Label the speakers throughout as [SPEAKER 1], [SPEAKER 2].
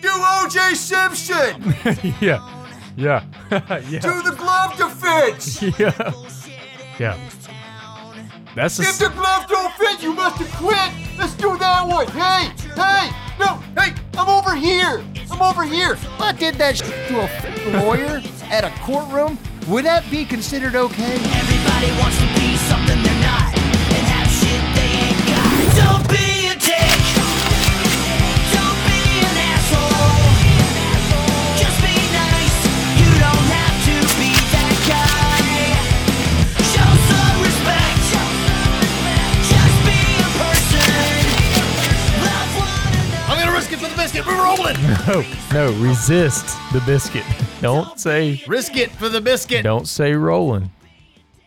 [SPEAKER 1] Do OJ Simpson!
[SPEAKER 2] yeah. Yeah. yeah.
[SPEAKER 1] Do the glove to fit!
[SPEAKER 2] Yeah. Yeah. That's a
[SPEAKER 1] If
[SPEAKER 2] s-
[SPEAKER 1] the glove don't fit, you must have quit! Let's do that one! Hey! Hey! No! Hey! I'm over here! I'm over here!
[SPEAKER 3] I did that sh- to a f- lawyer at a courtroom. Would that be considered okay?
[SPEAKER 4] Everybody wants to be something they're not and have shit they ain't got. Don't be a dick. Don't be an asshole. Just be nice. You don't have to be that guy. Show some respect. Just be a person. Love one another.
[SPEAKER 5] I'm gonna risk it for the biscuit. We're rolling.
[SPEAKER 2] no, no, resist the biscuit. Don't say
[SPEAKER 5] risk it for the biscuit.
[SPEAKER 2] don't say rolling.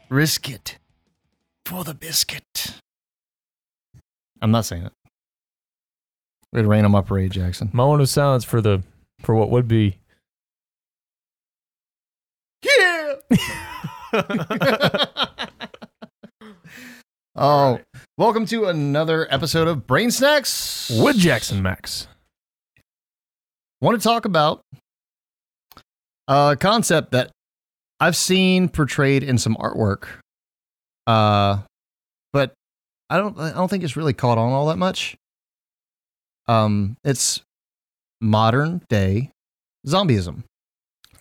[SPEAKER 5] Risk it for the biscuit. I'm not saying it. Way to rain on my parade, Jackson.
[SPEAKER 2] Moment of silence for the for what would be
[SPEAKER 5] Yeah. oh, welcome to another episode of Brain Snacks.
[SPEAKER 2] Wood Jackson Max.
[SPEAKER 5] want to talk about a concept that I've seen portrayed in some artwork, uh, but I don't I don't think it's really caught on all that much. Um, it's modern day zombieism.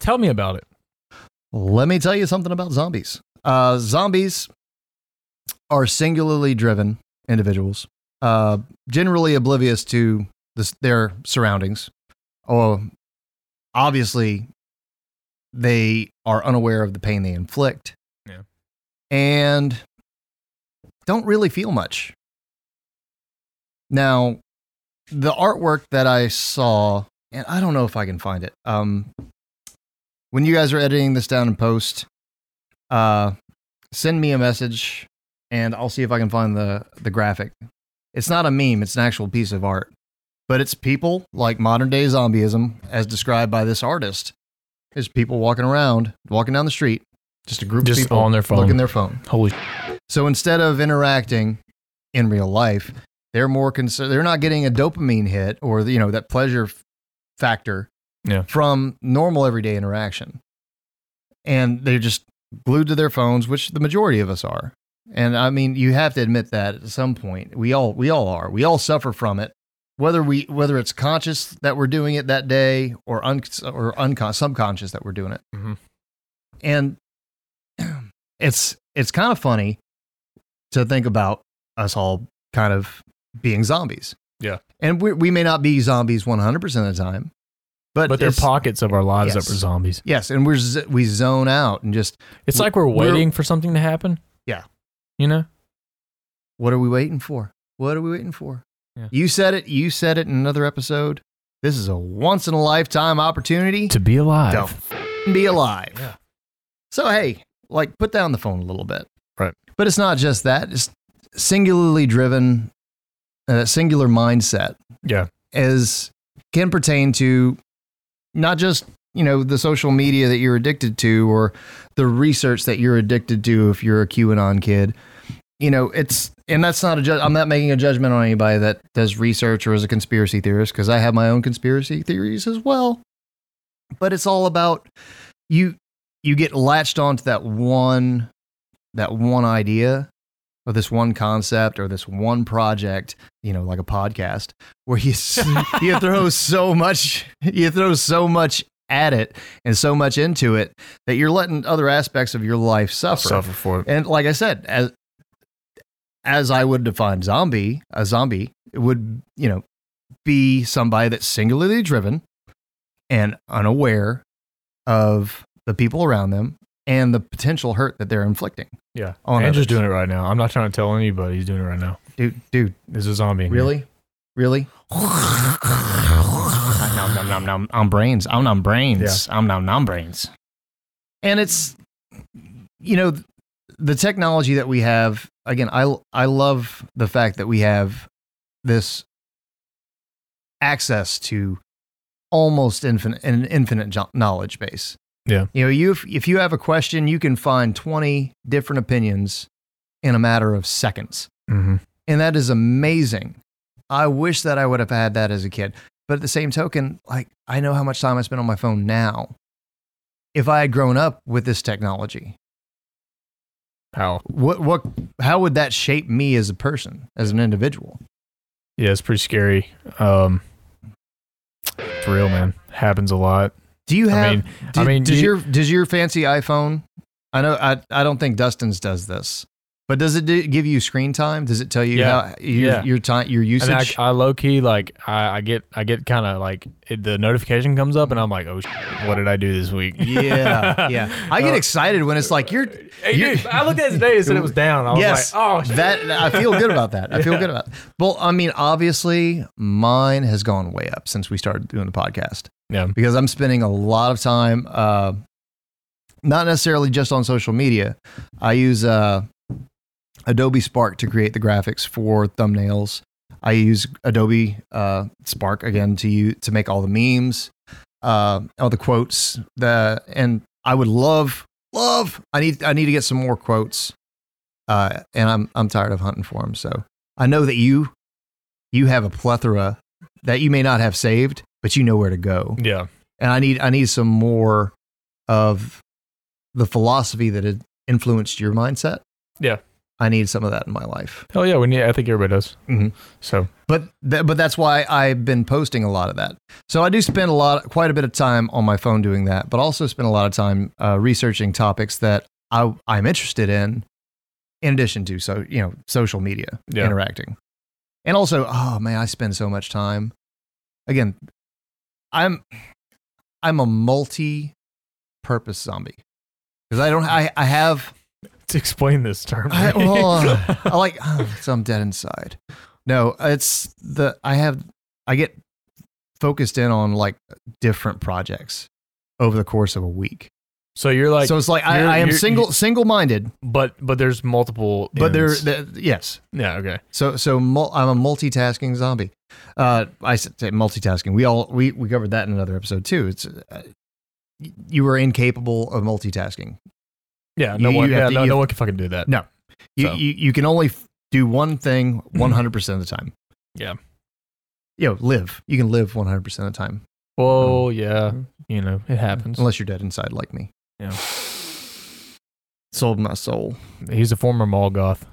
[SPEAKER 2] Tell me about it.
[SPEAKER 5] Let me tell you something about zombies. Uh, zombies are singularly driven individuals, uh, generally oblivious to this, their surroundings. Or obviously, they are unaware of the pain they inflict,
[SPEAKER 2] Yeah.
[SPEAKER 5] and don't really feel much. Now, the artwork that I saw, and I don't know if I can find it. Um, when you guys are editing this down in post, uh, send me a message and I'll see if I can find the, the graphic. It's not a meme, it's an actual piece of art. But it's people like modern day zombieism, as described by this artist, is people walking around, walking down the street, just a group
[SPEAKER 2] Just
[SPEAKER 5] of people
[SPEAKER 2] on their phone.
[SPEAKER 5] looking their phone.
[SPEAKER 2] Holy
[SPEAKER 5] So instead of interacting in real life, they're more concerned. They're not getting a dopamine hit or you know that pleasure f- factor
[SPEAKER 2] Yeah.
[SPEAKER 5] from normal everyday interaction, and they're just glued to their phones, which the majority of us are. And I mean, you have to admit that at some point, we all we all are. We all suffer from it, whether we whether it's conscious that we're doing it that day or un, or uncon- subconscious that we're doing it.
[SPEAKER 2] Mhm.
[SPEAKER 5] And it's it's kind of funny to think about us all kind of being zombies.
[SPEAKER 2] Yeah.
[SPEAKER 5] And we, we may not be zombies 100% of the time, but,
[SPEAKER 2] but there are
[SPEAKER 5] it's-
[SPEAKER 2] pockets of our lives
[SPEAKER 5] Yes.
[SPEAKER 2] that were zombies.
[SPEAKER 5] Yes. And we're, z- we zone out and just,
[SPEAKER 2] It's
[SPEAKER 5] We-
[SPEAKER 2] like we're
[SPEAKER 5] we're-
[SPEAKER 2] waiting for something to happen.
[SPEAKER 5] Yeah.
[SPEAKER 2] You know?
[SPEAKER 5] what are we waiting for? What are we waiting for?
[SPEAKER 2] Yeah.
[SPEAKER 5] You said it. You said it in another episode. This is a once in a lifetime opportunity
[SPEAKER 2] To be alive.
[SPEAKER 5] to f- be alive.
[SPEAKER 2] Yeah.
[SPEAKER 5] So, hey, like put down the phone a little bit.
[SPEAKER 2] Right.
[SPEAKER 5] But it's not just that, it's singularly driven, uh, that singular mindset
[SPEAKER 2] Yeah.
[SPEAKER 5] is can pertain to not just you know the social media that you're addicted to or the research that you're addicted to if you're a QAnon kid. You know, it's and that's not a ju- I'm not making a judgment on anybody that does research or is a conspiracy theorist because I have my own conspiracy theories as well. But it's all about you you get latched onto that one that one idea or this one concept or this one project, you know, like a podcast where you s- you throw so much you throw so much at it and so much into it that you're letting other aspects of your life suffer.
[SPEAKER 2] Suffer for it.
[SPEAKER 5] And like I said, as as I would define zombie, a zombie would you know be somebody that's singularly driven and unaware of the people around them and the potential hurt that they're inflicting.
[SPEAKER 2] Yeah.
[SPEAKER 5] On
[SPEAKER 2] Andrew's
[SPEAKER 5] others.
[SPEAKER 2] doing it right now. I'm not trying to tell anybody he's doing it right now.
[SPEAKER 5] Dude, dude,
[SPEAKER 2] There's a zombie. in here.
[SPEAKER 5] really, really. nom, nom, nom, nom. I'm brains. I'm nom brains. I'm nom nom brains. And it's, you know, th- the technology that we have. Again, I I love the fact that we have this access to almost infinite an infinite jo- knowledge base.
[SPEAKER 2] Yeah.
[SPEAKER 5] You know, you if, if you have a question, you can find twenty different opinions in a matter of seconds
[SPEAKER 2] Mhm.
[SPEAKER 5] and that is amazing. I wish that I would have had that as a kid. But at the same token, like I know how much time I spend on my phone now. If I had grown up with this technology,
[SPEAKER 2] How?
[SPEAKER 5] what what how would that shape me as a person, as an individual?
[SPEAKER 2] Yeah, it's pretty scary. Um, it's real, man. Happens a lot.
[SPEAKER 5] Do you
[SPEAKER 2] I
[SPEAKER 5] have?
[SPEAKER 2] mean-
[SPEAKER 5] do-
[SPEAKER 2] I mean,
[SPEAKER 5] does
[SPEAKER 2] you-
[SPEAKER 5] your does your fancy iPhone? I know I I don't think Dustin's does this, but does it do, give you screen time? Does it tell you
[SPEAKER 2] Yeah.
[SPEAKER 5] how your
[SPEAKER 2] Yeah.
[SPEAKER 5] your time your
[SPEAKER 2] And I,
[SPEAKER 5] usage?
[SPEAKER 2] I low key like I, I get I get kind of like it, the notification comes up and I'm like, oh, sh- what did I do this week?
[SPEAKER 5] yeah, yeah. I get
[SPEAKER 2] Uh,
[SPEAKER 5] excited when it's like you're.
[SPEAKER 2] Hey,
[SPEAKER 5] you're-
[SPEAKER 2] dude, I looked at it today and said it was down. I was
[SPEAKER 5] yes,
[SPEAKER 2] like, oh, sh-
[SPEAKER 5] that uh, I feel good about that. I feel good about. It. Well, I mean, obviously, mine has gone way up since we started doing the podcast.
[SPEAKER 2] Yeah.
[SPEAKER 5] because I'm spending a lot of time, uh, not necessarily just on social media. I use uh, Adobe Spark to create the graphics for thumbnails. I use Adobe uh, Spark again to you to make all the memes, uh, all the quotes. The and I would love, love. I need I need to get some more quotes, uh, and I'm I'm tired of hunting for them. So I know that you you have a plethora that you may not have saved, but you know where to go
[SPEAKER 2] yeah,
[SPEAKER 5] and I need I need some more of the philosophy that had influenced your mindset.
[SPEAKER 2] Yeah.
[SPEAKER 5] I need some of that in my life.
[SPEAKER 2] hell yeah. We need. I think everybody does.
[SPEAKER 5] Mhm.
[SPEAKER 2] So
[SPEAKER 5] But th- but that's why I've been posting a lot of that. So I do spend a lot, quite a bit of time on my phone doing that, but also spend a lot of time uh, researching topics that I I'm interested in, in addition to so you know social media
[SPEAKER 2] Yeah.
[SPEAKER 5] interacting, and also oh man I spend so much time. Again, I'm I'm a multi-purpose zombie because I don't I I have
[SPEAKER 2] to explain this term,
[SPEAKER 5] I, well, uh, I like so I'm dead inside. No, it's the I have I get focused in on like different projects over the course of a week.
[SPEAKER 2] so you're like,
[SPEAKER 5] so it's like I,
[SPEAKER 2] you're-
[SPEAKER 5] I am
[SPEAKER 2] you're-
[SPEAKER 5] single
[SPEAKER 2] you-
[SPEAKER 5] single minded,
[SPEAKER 2] but but there's multiple.
[SPEAKER 5] but there
[SPEAKER 2] ends.
[SPEAKER 5] there- yes.
[SPEAKER 2] yeah, okay.
[SPEAKER 5] So so mul- I'm a multitasking zombie. Uh, I s- say multitasking. We all we we covered that in another episode too. It's uh, y- you are incapable of multitasking.
[SPEAKER 2] Yeah, no
[SPEAKER 5] You-
[SPEAKER 2] one,
[SPEAKER 5] you have
[SPEAKER 2] yeah,
[SPEAKER 5] to-
[SPEAKER 2] no,
[SPEAKER 5] you-
[SPEAKER 2] no one can fucking do that.
[SPEAKER 5] No. You,
[SPEAKER 2] So- Mm-hmm.
[SPEAKER 5] you you can only f- do one thing 100% of the time.
[SPEAKER 2] Yeah.
[SPEAKER 5] You know, live. You can live 100% of the time
[SPEAKER 2] Well, yeah, you know, it happens.
[SPEAKER 5] unless you're dead inside like me.
[SPEAKER 2] Yeah.
[SPEAKER 5] Sold my soul.
[SPEAKER 2] He's a former mall goth.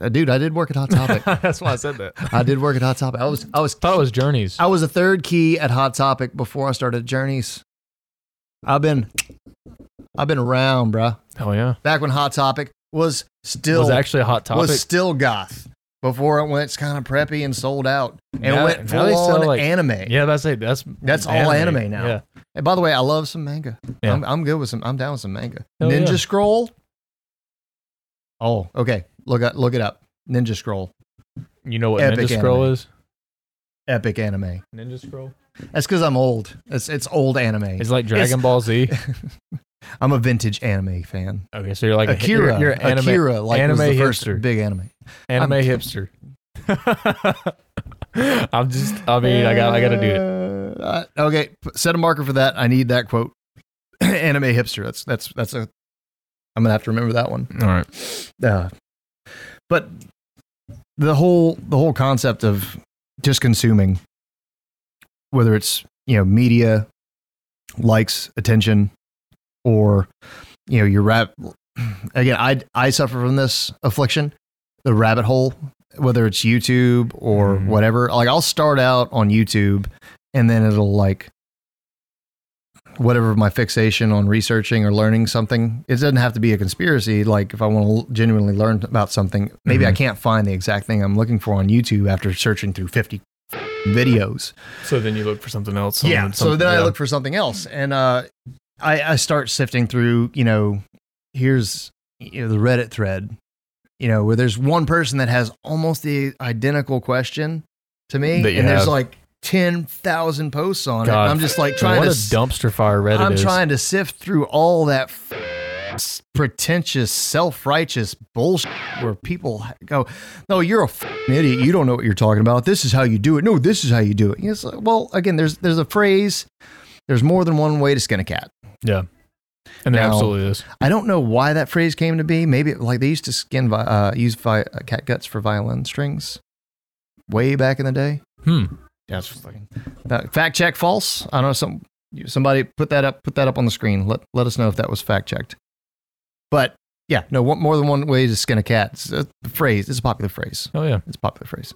[SPEAKER 5] Uh, dude, I did work at Hot Topic.
[SPEAKER 2] That's why I said that. I
[SPEAKER 5] I did work at Hot Topic. I was I was
[SPEAKER 2] thought it was Journeys.
[SPEAKER 5] I was a third key at Hot Topic before I started Journeys. I've been I've been around, bruh.
[SPEAKER 2] Oh yeah,
[SPEAKER 5] Back when Hot Topic was still
[SPEAKER 2] was actually a hot topic.
[SPEAKER 5] was still goth before it went kind of preppy and sold out and
[SPEAKER 2] Now-
[SPEAKER 5] went
[SPEAKER 2] now they
[SPEAKER 5] full
[SPEAKER 2] sell,
[SPEAKER 5] on
[SPEAKER 2] like-
[SPEAKER 5] anime.
[SPEAKER 2] yeah, that's it. That's
[SPEAKER 5] That's all anime now.
[SPEAKER 2] Yeah,
[SPEAKER 5] And by the way, I love some manga.
[SPEAKER 2] Yeah.
[SPEAKER 5] I'm, I'm good with some. I'm down with some manga.
[SPEAKER 2] Hell
[SPEAKER 5] Ninja
[SPEAKER 2] yeah.
[SPEAKER 5] Scroll. Oh, okay. Look up, look it up. Ninja Scroll,
[SPEAKER 2] you know what
[SPEAKER 5] Epic
[SPEAKER 2] Ninja Scroll
[SPEAKER 5] anime.
[SPEAKER 2] is?
[SPEAKER 5] epic anime.
[SPEAKER 2] Ninja Scroll.
[SPEAKER 5] That's because I'm old. It's it's old anime.
[SPEAKER 2] It's like Dragon Ball Z.
[SPEAKER 5] I'm a vintage anime fan.
[SPEAKER 2] Okay, so you're like a-
[SPEAKER 5] Akira,
[SPEAKER 2] You're, you're an anime,
[SPEAKER 5] Akira, like
[SPEAKER 2] anime
[SPEAKER 5] was the first
[SPEAKER 2] hipster.
[SPEAKER 5] big anime.
[SPEAKER 2] anime hipster. I'm just. I mean, I got. I got to do it.
[SPEAKER 5] Uh, uh, okay, p- set a marker for that. I need that quote. anime hipster. That's that's that's a. I'm gonna have to remember that one.
[SPEAKER 2] All right.
[SPEAKER 5] uh, but the whole the whole concept of just consuming whether it's you know media likes attention or you know your rap again i i suffer from this affliction the rabbit hole whether it's youtube or
[SPEAKER 2] Mhm.
[SPEAKER 5] whatever like i'll start out on youtube and then it'll like whatever my fixation on researching or learning something it doesn't have to be a conspiracy like if i want to genuinely learn about something maybe i
[SPEAKER 2] Mhm.
[SPEAKER 5] can't find the exact thing i'm looking for on youtube after searching through 50 videos
[SPEAKER 2] So then you look for something else.
[SPEAKER 5] yeah
[SPEAKER 2] on
[SPEAKER 5] so
[SPEAKER 2] something-
[SPEAKER 5] then i
[SPEAKER 2] yeah.
[SPEAKER 5] look for something else and uh i i start sifting through you know here's you know, the reddit thread you know where there's one person that has almost the identical question to me
[SPEAKER 2] That you
[SPEAKER 5] and there's
[SPEAKER 2] have.
[SPEAKER 5] like 10,000 posts on it
[SPEAKER 2] God,
[SPEAKER 5] and i'm just like trying
[SPEAKER 2] what
[SPEAKER 5] to
[SPEAKER 2] a
[SPEAKER 5] s-
[SPEAKER 2] dumpster fire Reddit
[SPEAKER 5] I'm
[SPEAKER 2] is.
[SPEAKER 5] trying to sift through all that f- s- pretentious, self-righteous bullshit where people h- go, "No, you're a f- idiot. You don't know what you're talking about. This is how you do it. No, this is how you do it." Yes. Well, again, there's there's a phrase. There's more than one way to skin a cat.
[SPEAKER 2] Yeah. And there
[SPEAKER 5] Now-
[SPEAKER 2] absolutely is.
[SPEAKER 5] I don't know why that phrase came to be. Maybe like they used to skin vi- uh, use vi- uh, cat guts for violin strings way back in the day.
[SPEAKER 2] Hmm.
[SPEAKER 5] That's fucking. That, fact check false. I don't know. Some you- somebody put that up. Put that up on the screen. Let let us know if that was fact checked. But yeah, no. One, more than one way to skin a cat. It's a phrase. It's a popular phrase.
[SPEAKER 2] Oh yeah.
[SPEAKER 5] It's a popular phrase.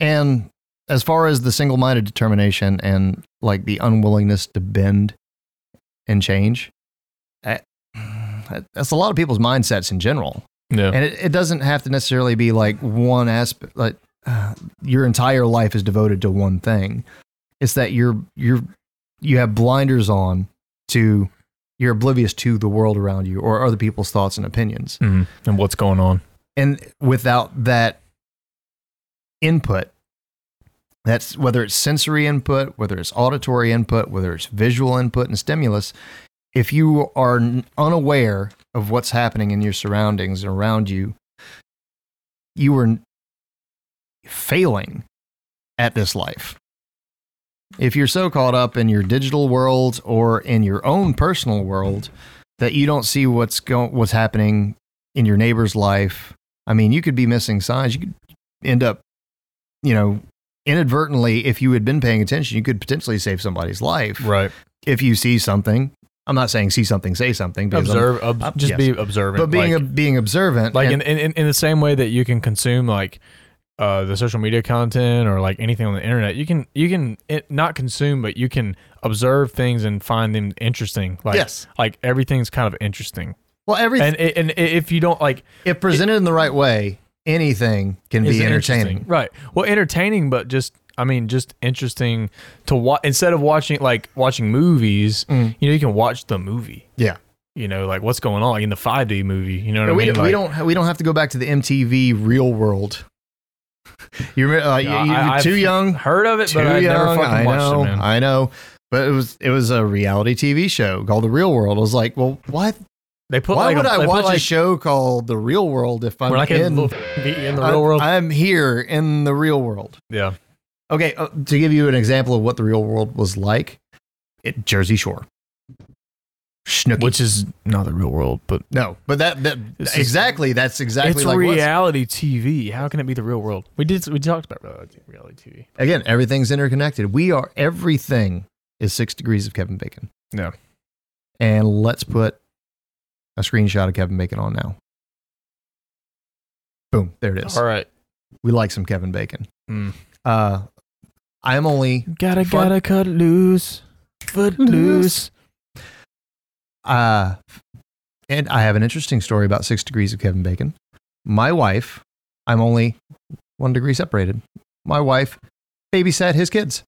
[SPEAKER 5] And as far as the single minded determination and like the unwillingness to bend and change, eh, that- that's a lot of people's mindsets in general.
[SPEAKER 2] Yeah.
[SPEAKER 5] And it, it doesn't have to necessarily be like one aspect, like uh, your entire life is devoted to one thing. It's that you're, you're, you have blinders on to, you're oblivious to the world around you or other people's thoughts Mm-hmm. and opinions
[SPEAKER 2] Mhm. And what's going on?
[SPEAKER 5] and without that input that's whether it's sensory input whether it's auditory input whether it's visual input and stimulus if you are n- unaware of what's happening in your surroundings and around you you are n- failing at this life if you're so caught up in your digital world or in your own personal world that you don't see what's going what's happening in your neighbor's life. I mean, you could be missing signs. You could end up, you know, inadvertently, if you had been paying attention, you could potentially save somebody's life.
[SPEAKER 2] Right.
[SPEAKER 5] If you see something, I'm not saying see something, say something. because I'm-
[SPEAKER 2] Observe. Ob-
[SPEAKER 5] Up-
[SPEAKER 2] just
[SPEAKER 5] yes.
[SPEAKER 2] be observant.
[SPEAKER 5] But being
[SPEAKER 2] like,
[SPEAKER 5] a, being observant,
[SPEAKER 2] like
[SPEAKER 5] and-
[SPEAKER 2] in, in in the same way that you can consume like uh, the social media content or like anything on the internet, you can you can it, not consume, but you can observe things and find them interesting. Like,
[SPEAKER 5] Yes.
[SPEAKER 2] like everything's kind of interesting.
[SPEAKER 5] well, everything
[SPEAKER 2] And it, and i- if you don't like,
[SPEAKER 5] if presented in the right way, anything can
[SPEAKER 2] is
[SPEAKER 5] be
[SPEAKER 2] interesting.
[SPEAKER 5] entertaining.
[SPEAKER 2] right? Well, entertaining, but just I mean, just interesting to watch instead of watching like watching movies.
[SPEAKER 5] Mm.
[SPEAKER 2] You know, you can watch the movie.
[SPEAKER 5] Yeah.
[SPEAKER 2] You know, like what's going on like in the 5D movie. You know what I
[SPEAKER 5] we,
[SPEAKER 2] mean?
[SPEAKER 5] we
[SPEAKER 2] Like,
[SPEAKER 5] don't we don't have to go back to the MTV Real World. You remember? Uh, you,
[SPEAKER 2] Yeah,
[SPEAKER 5] you-
[SPEAKER 2] I- I've
[SPEAKER 5] too young.
[SPEAKER 2] heard of it,
[SPEAKER 5] too
[SPEAKER 2] but I
[SPEAKER 5] young.
[SPEAKER 2] never fucking
[SPEAKER 5] I
[SPEAKER 2] watched
[SPEAKER 5] know.
[SPEAKER 2] it, man.
[SPEAKER 5] I know. But it was it was a reality TV show called The Real World. I was like, well, what?
[SPEAKER 2] They put
[SPEAKER 5] Why
[SPEAKER 2] like
[SPEAKER 5] would
[SPEAKER 2] a,
[SPEAKER 5] I
[SPEAKER 2] they put
[SPEAKER 5] watch
[SPEAKER 2] like,
[SPEAKER 5] a show called The Real World if I'm
[SPEAKER 2] We're like
[SPEAKER 5] in,
[SPEAKER 2] in, little beat in the real world.
[SPEAKER 5] I, am here in the real world.
[SPEAKER 2] yeah.
[SPEAKER 5] Okay, uh, to give you an example of what the real world was like, it Jersey Shore. Snooki.
[SPEAKER 2] Which is not the real world, but
[SPEAKER 5] no, but that, that
[SPEAKER 2] It's just-
[SPEAKER 5] exactly that's exactly
[SPEAKER 2] it's
[SPEAKER 5] like what's-
[SPEAKER 2] reality TV. How can it be the real world? We did we talked about reality, reality TV.
[SPEAKER 5] again, everything's interconnected. We are everything is six degrees of Kevin Bacon.
[SPEAKER 2] Yeah.
[SPEAKER 5] And let's put a screenshot of Kevin Bacon on now. Boom, there it is.
[SPEAKER 2] All right.
[SPEAKER 5] We like some Kevin Bacon.
[SPEAKER 2] Mm.
[SPEAKER 5] Uh, I'm only
[SPEAKER 2] Gotta
[SPEAKER 5] Fun-
[SPEAKER 2] gotta cut loose. Foot loose.
[SPEAKER 5] Uh, and I have an interesting story about six degrees of Kevin Bacon. My wife, I'm only one degree separated. My wife babysat his kids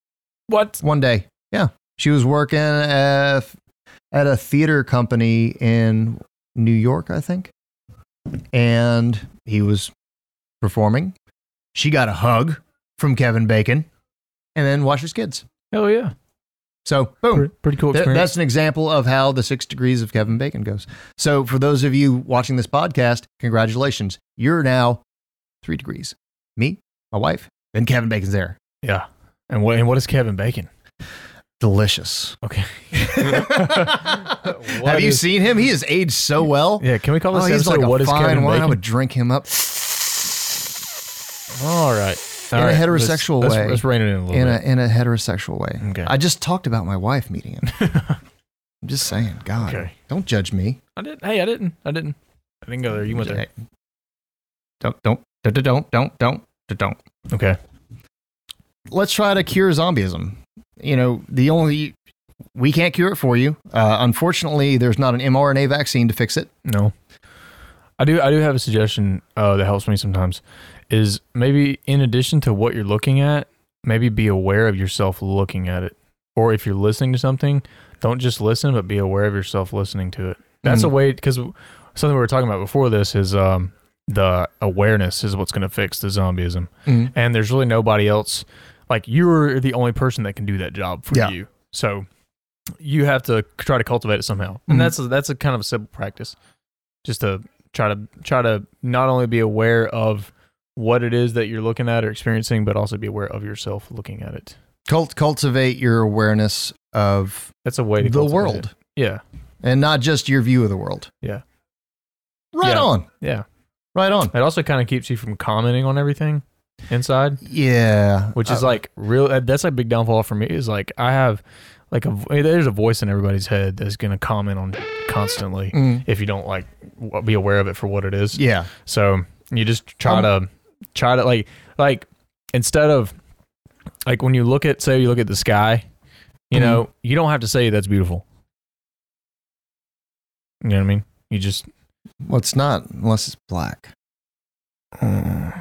[SPEAKER 2] What?
[SPEAKER 5] one day. Yeah. She was working at, at a theater company in New York, I think. And he was performing. She got a hug from Kevin Bacon and then watched his kids.
[SPEAKER 2] Oh yeah.
[SPEAKER 5] So, boom.
[SPEAKER 2] Pretty, pretty cool
[SPEAKER 5] Th-
[SPEAKER 2] experience.
[SPEAKER 5] that's an example of how the six degrees of Kevin Bacon goes. So, for those of you watching this podcast, congratulations. You're now three degrees. Me, my wife, and Kevin Bacon's there.
[SPEAKER 2] yeah. And what and what is Kevin Bacon?
[SPEAKER 5] Delicious.
[SPEAKER 2] Okay.
[SPEAKER 5] Have you
[SPEAKER 2] is-
[SPEAKER 5] seen him? He has aged so well.
[SPEAKER 2] Yeah, can we call
[SPEAKER 5] Oh,
[SPEAKER 2] this
[SPEAKER 5] he's
[SPEAKER 2] episode
[SPEAKER 5] like a
[SPEAKER 2] What is
[SPEAKER 5] fine
[SPEAKER 2] Kevin
[SPEAKER 5] wine. I
[SPEAKER 2] Bacon?
[SPEAKER 5] would drink him up
[SPEAKER 2] All right. All
[SPEAKER 5] In a
[SPEAKER 2] right.
[SPEAKER 5] heterosexual
[SPEAKER 2] let's,
[SPEAKER 5] way.
[SPEAKER 2] Let's, let's rein it in a little
[SPEAKER 5] in a,
[SPEAKER 2] bit.
[SPEAKER 5] in a heterosexual way.
[SPEAKER 2] Okay.
[SPEAKER 5] I just talked about my wife meeting him. I'm just saying, God,
[SPEAKER 2] Okay.
[SPEAKER 5] don't judge me.
[SPEAKER 2] I didn't hey, I didn't. I didn't. I didn't go there. You went there.
[SPEAKER 5] Don't, don't, don't, don't, don't, don't, don't.
[SPEAKER 2] Okay.
[SPEAKER 5] let's try to cure zombieism. You know, the only we can't cure it for you. Uh, unfortunately, there's not an mRNA vaccine to fix it.
[SPEAKER 2] No. I do I do have a suggestion uh, that helps me sometimes is maybe in addition to what you're looking at, maybe be aware of yourself looking at it. Or if you're listening to something, don't just listen, but be aware of yourself listening to it. That's a way because something we were talking about before this is um, the awareness is what's going to fix the zombieism,
[SPEAKER 5] Mhm.
[SPEAKER 2] and there's really nobody else. Like you're the only person that can do that job for
[SPEAKER 5] Yeah.
[SPEAKER 2] you, so you have to try to cultivate it somehow.
[SPEAKER 5] Mhm.
[SPEAKER 2] And that's a, that's a kind of a simple practice, just to try to try to not only be aware of what it is that you're looking at or experiencing, but also be aware of yourself looking at it.
[SPEAKER 5] Cult- cultivate your awareness of
[SPEAKER 2] That's a way to
[SPEAKER 5] the
[SPEAKER 2] cultivate
[SPEAKER 5] world
[SPEAKER 2] it. Yeah,
[SPEAKER 5] and not just your view of the world.
[SPEAKER 2] Yeah.
[SPEAKER 5] Right
[SPEAKER 2] Yeah.
[SPEAKER 5] on.
[SPEAKER 2] yeah.
[SPEAKER 5] Right on.
[SPEAKER 2] It also kind of keeps you from commenting on everything. inside,
[SPEAKER 5] Yeah. Uh,
[SPEAKER 2] which is like real. That's a big downfall for me. Is like I have like a vo- there's a voice in everybody's head that's gonna comment on constantly if you don't like w- be aware of it for what it is.
[SPEAKER 5] mm, Yeah.
[SPEAKER 2] So you just try
[SPEAKER 5] Um,
[SPEAKER 2] to try to like like instead of like when you look at say you look at the sky, you
[SPEAKER 5] Mm-hmm.
[SPEAKER 2] know, you don't have to say that's beautiful. You know what I mean? You just
[SPEAKER 5] Well, it's not unless it's black. Uh,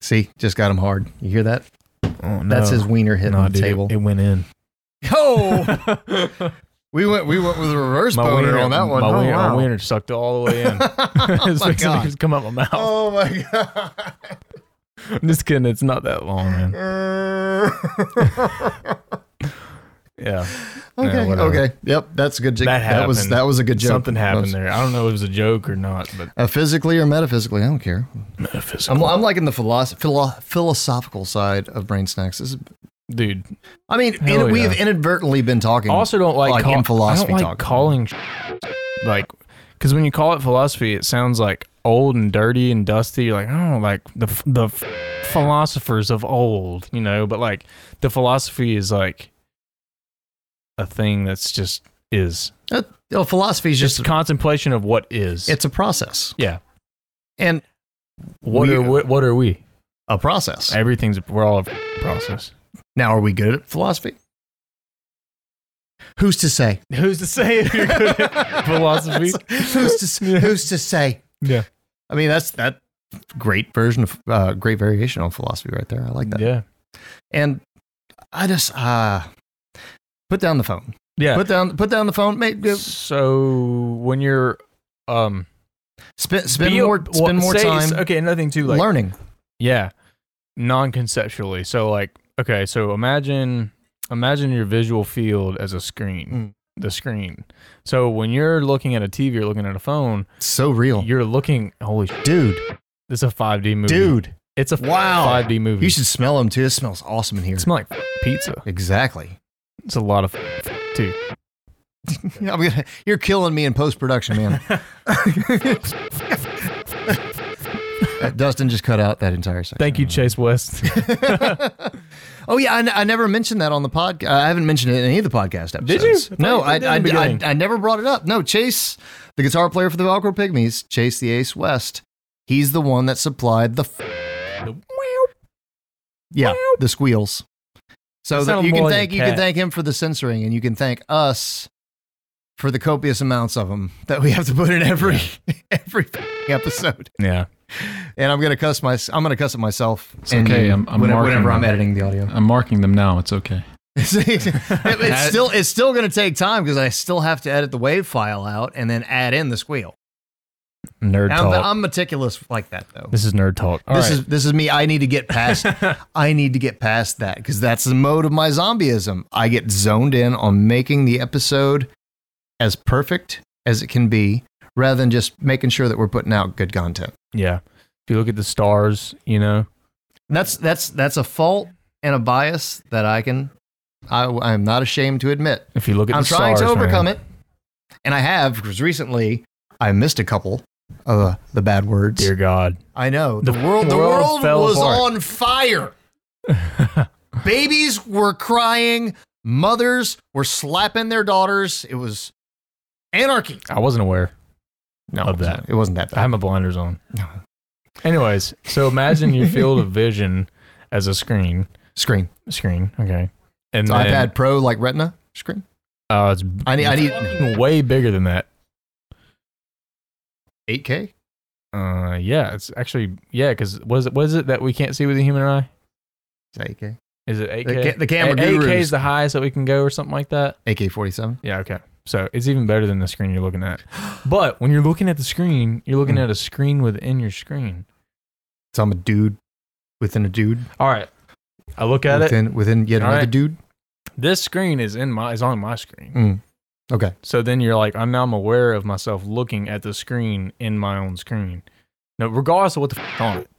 [SPEAKER 5] See, just got him hard. You hear that?
[SPEAKER 2] oh, no.
[SPEAKER 5] That's his wiener hitting
[SPEAKER 2] No,
[SPEAKER 5] on the
[SPEAKER 2] dude, it-
[SPEAKER 5] table.
[SPEAKER 2] It, went in.
[SPEAKER 5] oh, we went we went with a reverse boner on that one.
[SPEAKER 2] My,
[SPEAKER 5] oh,
[SPEAKER 2] wiener, my
[SPEAKER 5] wow.
[SPEAKER 2] wiener sucked all the way in.
[SPEAKER 5] oh
[SPEAKER 2] It's
[SPEAKER 5] my
[SPEAKER 2] fixing to
[SPEAKER 5] god.
[SPEAKER 2] just come out my mouth.
[SPEAKER 5] Oh my god.
[SPEAKER 2] I'm just kidding. It's not that long, man. Yeah. Yeah,
[SPEAKER 5] okay.
[SPEAKER 2] whatever.
[SPEAKER 5] okay. Yep. That's a good. That,
[SPEAKER 2] That happened.
[SPEAKER 5] that was that was a good joke.
[SPEAKER 2] Something happened
[SPEAKER 5] That was-
[SPEAKER 2] there. I don't know if it was a joke or not, but
[SPEAKER 5] Uh, physically or metaphysically, I don't care.
[SPEAKER 2] metaphysical.
[SPEAKER 5] I'm, I'm liking the philosoph- philo- philosophical side of brain snacks. This is,
[SPEAKER 2] Dude,
[SPEAKER 5] I mean,
[SPEAKER 2] Hell
[SPEAKER 5] in- we
[SPEAKER 2] yeah.
[SPEAKER 5] have inadvertently been talking.
[SPEAKER 2] I also don't like,
[SPEAKER 5] like
[SPEAKER 2] call-
[SPEAKER 5] in philosophy
[SPEAKER 2] I don't
[SPEAKER 5] talk.
[SPEAKER 2] like calling sh- like because when you call it philosophy, it sounds like old and dirty and dusty. You're like oh, like the f- the f- philosophers of old, you know. But like the philosophy is like a thing that's just is
[SPEAKER 5] Uh, you know, philosophy is
[SPEAKER 2] just
[SPEAKER 5] just
[SPEAKER 2] contemplation of what is.
[SPEAKER 5] it's a process,
[SPEAKER 2] yeah.
[SPEAKER 5] and
[SPEAKER 2] What
[SPEAKER 5] We-
[SPEAKER 2] are what, what are we?
[SPEAKER 5] a process.
[SPEAKER 2] Everything's we're all a f- process.
[SPEAKER 5] Now, are we good at philosophy? Who's to say?
[SPEAKER 2] Who's to say if you're good at philosophy?
[SPEAKER 5] who's to s- who's to say?
[SPEAKER 2] Yeah.
[SPEAKER 5] I mean, that's that great version of uh, great variation on philosophy right there. I like that.
[SPEAKER 2] Yeah.
[SPEAKER 5] And I just uh, put down the phone.
[SPEAKER 2] Yeah.
[SPEAKER 5] Put down put down the phone. uh, Make, go-
[SPEAKER 2] so when you're um
[SPEAKER 5] spend spend
[SPEAKER 2] Be-
[SPEAKER 5] more
[SPEAKER 2] well,
[SPEAKER 5] spend more
[SPEAKER 2] say-
[SPEAKER 5] time
[SPEAKER 2] Okay, another thing too, like
[SPEAKER 5] learning.
[SPEAKER 2] yeah, non-conceptually. So like, okay, so imagine imagine your visual field as a screen,
[SPEAKER 5] Mm.
[SPEAKER 2] the screen. So when you're looking at a TV, you're looking at a phone,
[SPEAKER 5] So real,
[SPEAKER 2] you're looking. Holy, sh-
[SPEAKER 5] dude.
[SPEAKER 2] this is a 5D movie,
[SPEAKER 5] Dude,
[SPEAKER 2] It's a
[SPEAKER 5] Wow.
[SPEAKER 2] 5D movie.
[SPEAKER 5] you should smell them too. It smells awesome in here.
[SPEAKER 2] It smell like f- pizza.
[SPEAKER 5] exactly.
[SPEAKER 2] It's a lot of f- f- too.
[SPEAKER 5] I'm gonna, you're killing me in post production, man. Uh, Dustin just cut out that entire section.
[SPEAKER 2] Thank you, Chase West.
[SPEAKER 5] Oh yeah, I, n- I never mentioned that on the podcast. I haven't mentioned it in any of the podcast episodes.
[SPEAKER 2] Did you? I thought
[SPEAKER 5] No,
[SPEAKER 2] you
[SPEAKER 5] I,
[SPEAKER 2] did in
[SPEAKER 5] I,
[SPEAKER 2] the
[SPEAKER 5] I,
[SPEAKER 2] beginning.
[SPEAKER 5] I never brought it up. No, Chase, the guitar player for the Velcro Pygmies, Chase the Ace West. He's the one that supplied the f- yeah the squeals. So
[SPEAKER 2] That
[SPEAKER 5] that
[SPEAKER 2] sounded
[SPEAKER 5] you can
[SPEAKER 2] more like a
[SPEAKER 5] thank you can
[SPEAKER 2] cat.
[SPEAKER 5] thank him for the censoring, and you can thank us for the copious amounts of them that we have to put in every every f- episode.
[SPEAKER 2] yeah,
[SPEAKER 5] And I'm gonna cuss my I'm gonna cuss at myself.
[SPEAKER 6] It's
[SPEAKER 5] and
[SPEAKER 6] okay,
[SPEAKER 5] you
[SPEAKER 6] I'm- I'm
[SPEAKER 5] whenever,
[SPEAKER 6] marking
[SPEAKER 5] whenever I'm
[SPEAKER 6] them.
[SPEAKER 5] editing the audio.
[SPEAKER 6] I'm marking them now. It's okay.
[SPEAKER 5] See, it- it's
[SPEAKER 6] That-
[SPEAKER 5] still it's still going to take time because I still have to edit the wave file out and then add in the squeal.
[SPEAKER 2] nerd
[SPEAKER 5] I'm,
[SPEAKER 2] talk.
[SPEAKER 5] I'm meticulous like that though.
[SPEAKER 2] this is nerd talk. All
[SPEAKER 5] this
[SPEAKER 2] right.
[SPEAKER 5] is this is me. I need to get past. I need to get past that because that's the mode of my zombieism. I get zoned in on making the episode as perfect as it can be, rather than just making sure that we're putting out good content.
[SPEAKER 2] yeah. If you look at the stars, you know.
[SPEAKER 5] And that's that's that's a fault and a bias that I can. I I am not ashamed to admit.
[SPEAKER 2] If you look at
[SPEAKER 5] I'm
[SPEAKER 2] the
[SPEAKER 5] trying
[SPEAKER 2] stars,
[SPEAKER 5] to overcome
[SPEAKER 2] man.
[SPEAKER 5] it, and I have because recently I missed a couple of uh, the bad words.
[SPEAKER 2] Dear God.
[SPEAKER 5] I know the,
[SPEAKER 2] The
[SPEAKER 5] world. The
[SPEAKER 2] world
[SPEAKER 5] world,
[SPEAKER 2] fell
[SPEAKER 5] was
[SPEAKER 2] apart.
[SPEAKER 5] on fire. Babies were crying. Mothers were slapping their daughters. It was anarchy.
[SPEAKER 2] I wasn't aware of that.
[SPEAKER 5] It wasn't that
[SPEAKER 2] I
[SPEAKER 5] bad.
[SPEAKER 2] have my blinders on. Anyways, so imagine your field of vision as a screen.
[SPEAKER 5] Screen.
[SPEAKER 2] Screen, okay. And
[SPEAKER 5] It's
[SPEAKER 2] then,
[SPEAKER 5] iPad Pro like Retina screen.
[SPEAKER 2] Oh, it's
[SPEAKER 5] I need. I need
[SPEAKER 2] way bigger than that.
[SPEAKER 5] 8K.
[SPEAKER 2] Uh, yeah, it's actually yeah, because was it was it that we can't see with the human eye?
[SPEAKER 5] Is that 8K?
[SPEAKER 2] Is it eight
[SPEAKER 5] The
[SPEAKER 2] K?
[SPEAKER 5] ca- the camera
[SPEAKER 2] Eight K
[SPEAKER 5] gurus.
[SPEAKER 2] is the highest that we can go, or something like that.
[SPEAKER 5] AK 47.
[SPEAKER 2] Yeah, okay. So it's even better than the screen you're looking at. But when you're looking at the screen, you're
[SPEAKER 5] Hmm.
[SPEAKER 2] looking at a screen within your screen.
[SPEAKER 5] So I'm a dude within a dude
[SPEAKER 2] All right, I look at it.
[SPEAKER 5] within within yet
[SPEAKER 2] All
[SPEAKER 5] another
[SPEAKER 2] right.
[SPEAKER 5] dude.
[SPEAKER 2] This screen is in my is on my screen.
[SPEAKER 5] Mm. Okay.
[SPEAKER 2] So then you're like, I'm now I'm aware of myself looking at the screen in my own screen. No, regardless of what the f- on it.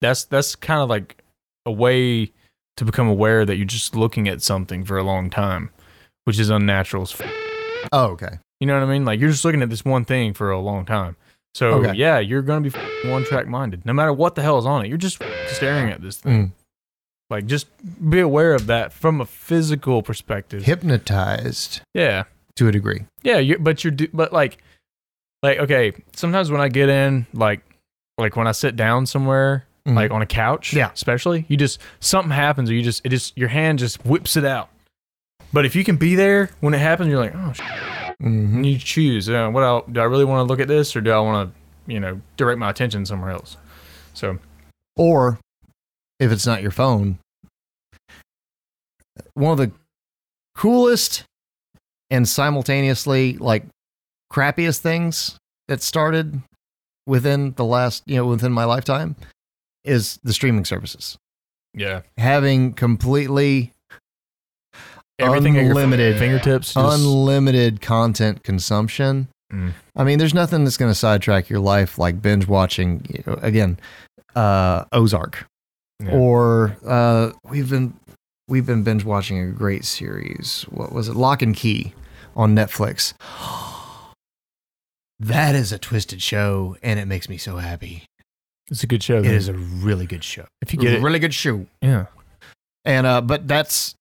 [SPEAKER 2] That's that's kind of like a way to become aware that you're just looking at something for a long time, which is unnatural as f-
[SPEAKER 5] Oh, okay.
[SPEAKER 2] You know what I mean? Like you're just looking at this one thing for a long time. So
[SPEAKER 5] Okay.
[SPEAKER 2] yeah, you're gonna be one track minded, no matter what the hell is on it. You're just staring at this thing.
[SPEAKER 5] Mm.
[SPEAKER 2] Like, just be aware of that from a physical perspective.
[SPEAKER 5] Hypnotized
[SPEAKER 2] Yeah,
[SPEAKER 5] to a degree.
[SPEAKER 2] yeah. You're, but you're, do- but like, like okay. Sometimes when I get in, like, like when I sit down somewhere,
[SPEAKER 5] Mhm.
[SPEAKER 2] like on a couch,
[SPEAKER 5] Yeah.
[SPEAKER 2] especially, you just something happens, or you just it just your hand just whips it out. But if you can be there when it happens, you're like, oh
[SPEAKER 5] Mhm.
[SPEAKER 2] and you choose uh, what I, do I really want to look at this or do I want to you know direct my attention somewhere else so
[SPEAKER 5] Or if it's not your phone, one of the coolest and simultaneously like crappiest things that started within the last, you know, within my lifetime is the streaming services.
[SPEAKER 2] yeah
[SPEAKER 5] Having completely
[SPEAKER 2] everything at your
[SPEAKER 5] Unlimited.
[SPEAKER 2] fingertips just-
[SPEAKER 5] unlimited content consumption.
[SPEAKER 2] Mm.
[SPEAKER 5] I mean, there's nothing that's going to sidetrack your life like binge watching. You know, again, uh, Ozark,
[SPEAKER 2] Yeah.
[SPEAKER 5] or uh, we've been we've been binge watching a great series. What was it? Lock and Key on Netflix. That is a twisted show, and it makes me so happy.
[SPEAKER 2] it's a good show
[SPEAKER 5] It
[SPEAKER 2] though.
[SPEAKER 5] is a really good show.
[SPEAKER 2] if you get it
[SPEAKER 5] really good show.
[SPEAKER 2] yeah
[SPEAKER 5] And uh, but that's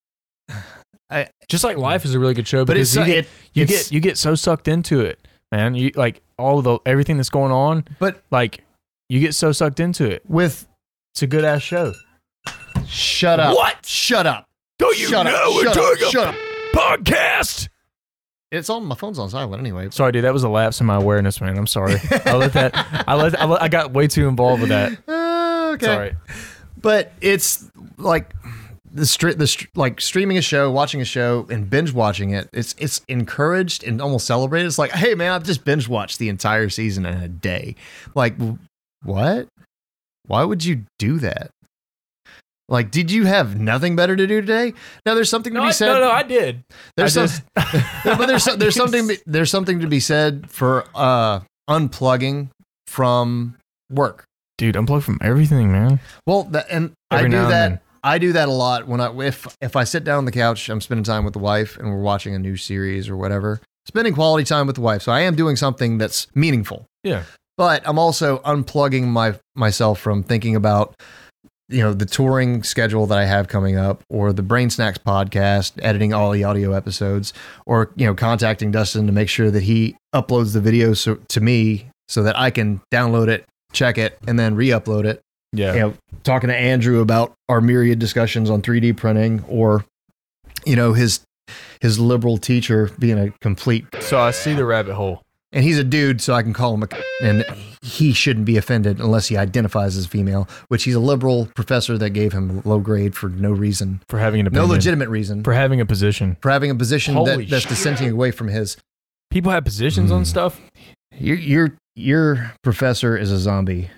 [SPEAKER 2] just like life is a really good show
[SPEAKER 5] but
[SPEAKER 2] because
[SPEAKER 5] it's
[SPEAKER 2] you, get,
[SPEAKER 5] it-
[SPEAKER 2] you
[SPEAKER 5] it's-
[SPEAKER 2] get you get so sucked into it man you like all the everything that's going on
[SPEAKER 5] but
[SPEAKER 2] like you get so sucked into it
[SPEAKER 5] with
[SPEAKER 2] it's a good ass show
[SPEAKER 5] shut up. What? Shut up.
[SPEAKER 2] do
[SPEAKER 5] shut up, shut up, shut up.
[SPEAKER 2] podcast
[SPEAKER 5] It's on my phone's on silent anyway.
[SPEAKER 2] sorry dude that was a lapse in my awareness man i'm sorry i let that i let, I, let, I got way too involved with that
[SPEAKER 5] Okay.
[SPEAKER 2] sorry
[SPEAKER 5] But it's like the stri- the str- like streaming a show, watching a show, and binge watching it. It's it's encouraged and almost celebrated. It's like, hey man, I've just binge watched the entire season in a day. Like, w- what? Why would you do that? Like, did you have nothing better to do today? Now, there's something to be said.
[SPEAKER 2] did.
[SPEAKER 5] There's
[SPEAKER 2] I
[SPEAKER 5] some, No, but there's there's something there's something to be said for uh, unplugging from work.
[SPEAKER 2] Dude, unplug from everything, man.
[SPEAKER 5] Well, that, and
[SPEAKER 2] Every
[SPEAKER 5] I
[SPEAKER 2] now
[SPEAKER 5] do
[SPEAKER 2] and
[SPEAKER 5] that.
[SPEAKER 2] then.
[SPEAKER 5] I do that a lot when I if if I sit down on the couch, I'm spending time with the wife, and we're watching a new series or whatever. Spending quality time with the wife, so I am doing something that's meaningful.
[SPEAKER 2] Yeah.
[SPEAKER 5] But I'm also unplugging my myself from thinking about you know the touring schedule that I have coming up, or the Brain Snacks podcast, editing all the audio episodes, or you know contacting Dustin to make sure that he uploads the video so, to me so that I can download it, check it, and then re-upload it
[SPEAKER 2] Yeah.
[SPEAKER 5] you know, talking to Andrew about our myriad discussions on 3D printing, or you know, his his liberal teacher being a complete
[SPEAKER 2] So I see the rabbit hole.
[SPEAKER 5] and he's a dude, so I can call him a c- and he shouldn't be offended unless he identifies as female, which he's a liberal professor that gave him low grade for no reason,
[SPEAKER 2] For having an
[SPEAKER 5] no
[SPEAKER 2] opinion.
[SPEAKER 5] legitimate reason.
[SPEAKER 2] For having a position.
[SPEAKER 5] For having a position
[SPEAKER 2] Holy
[SPEAKER 5] that, that's
[SPEAKER 2] shit.
[SPEAKER 5] dissenting away from his,
[SPEAKER 2] People have positions on stuff.
[SPEAKER 5] your your your professor is a zombie.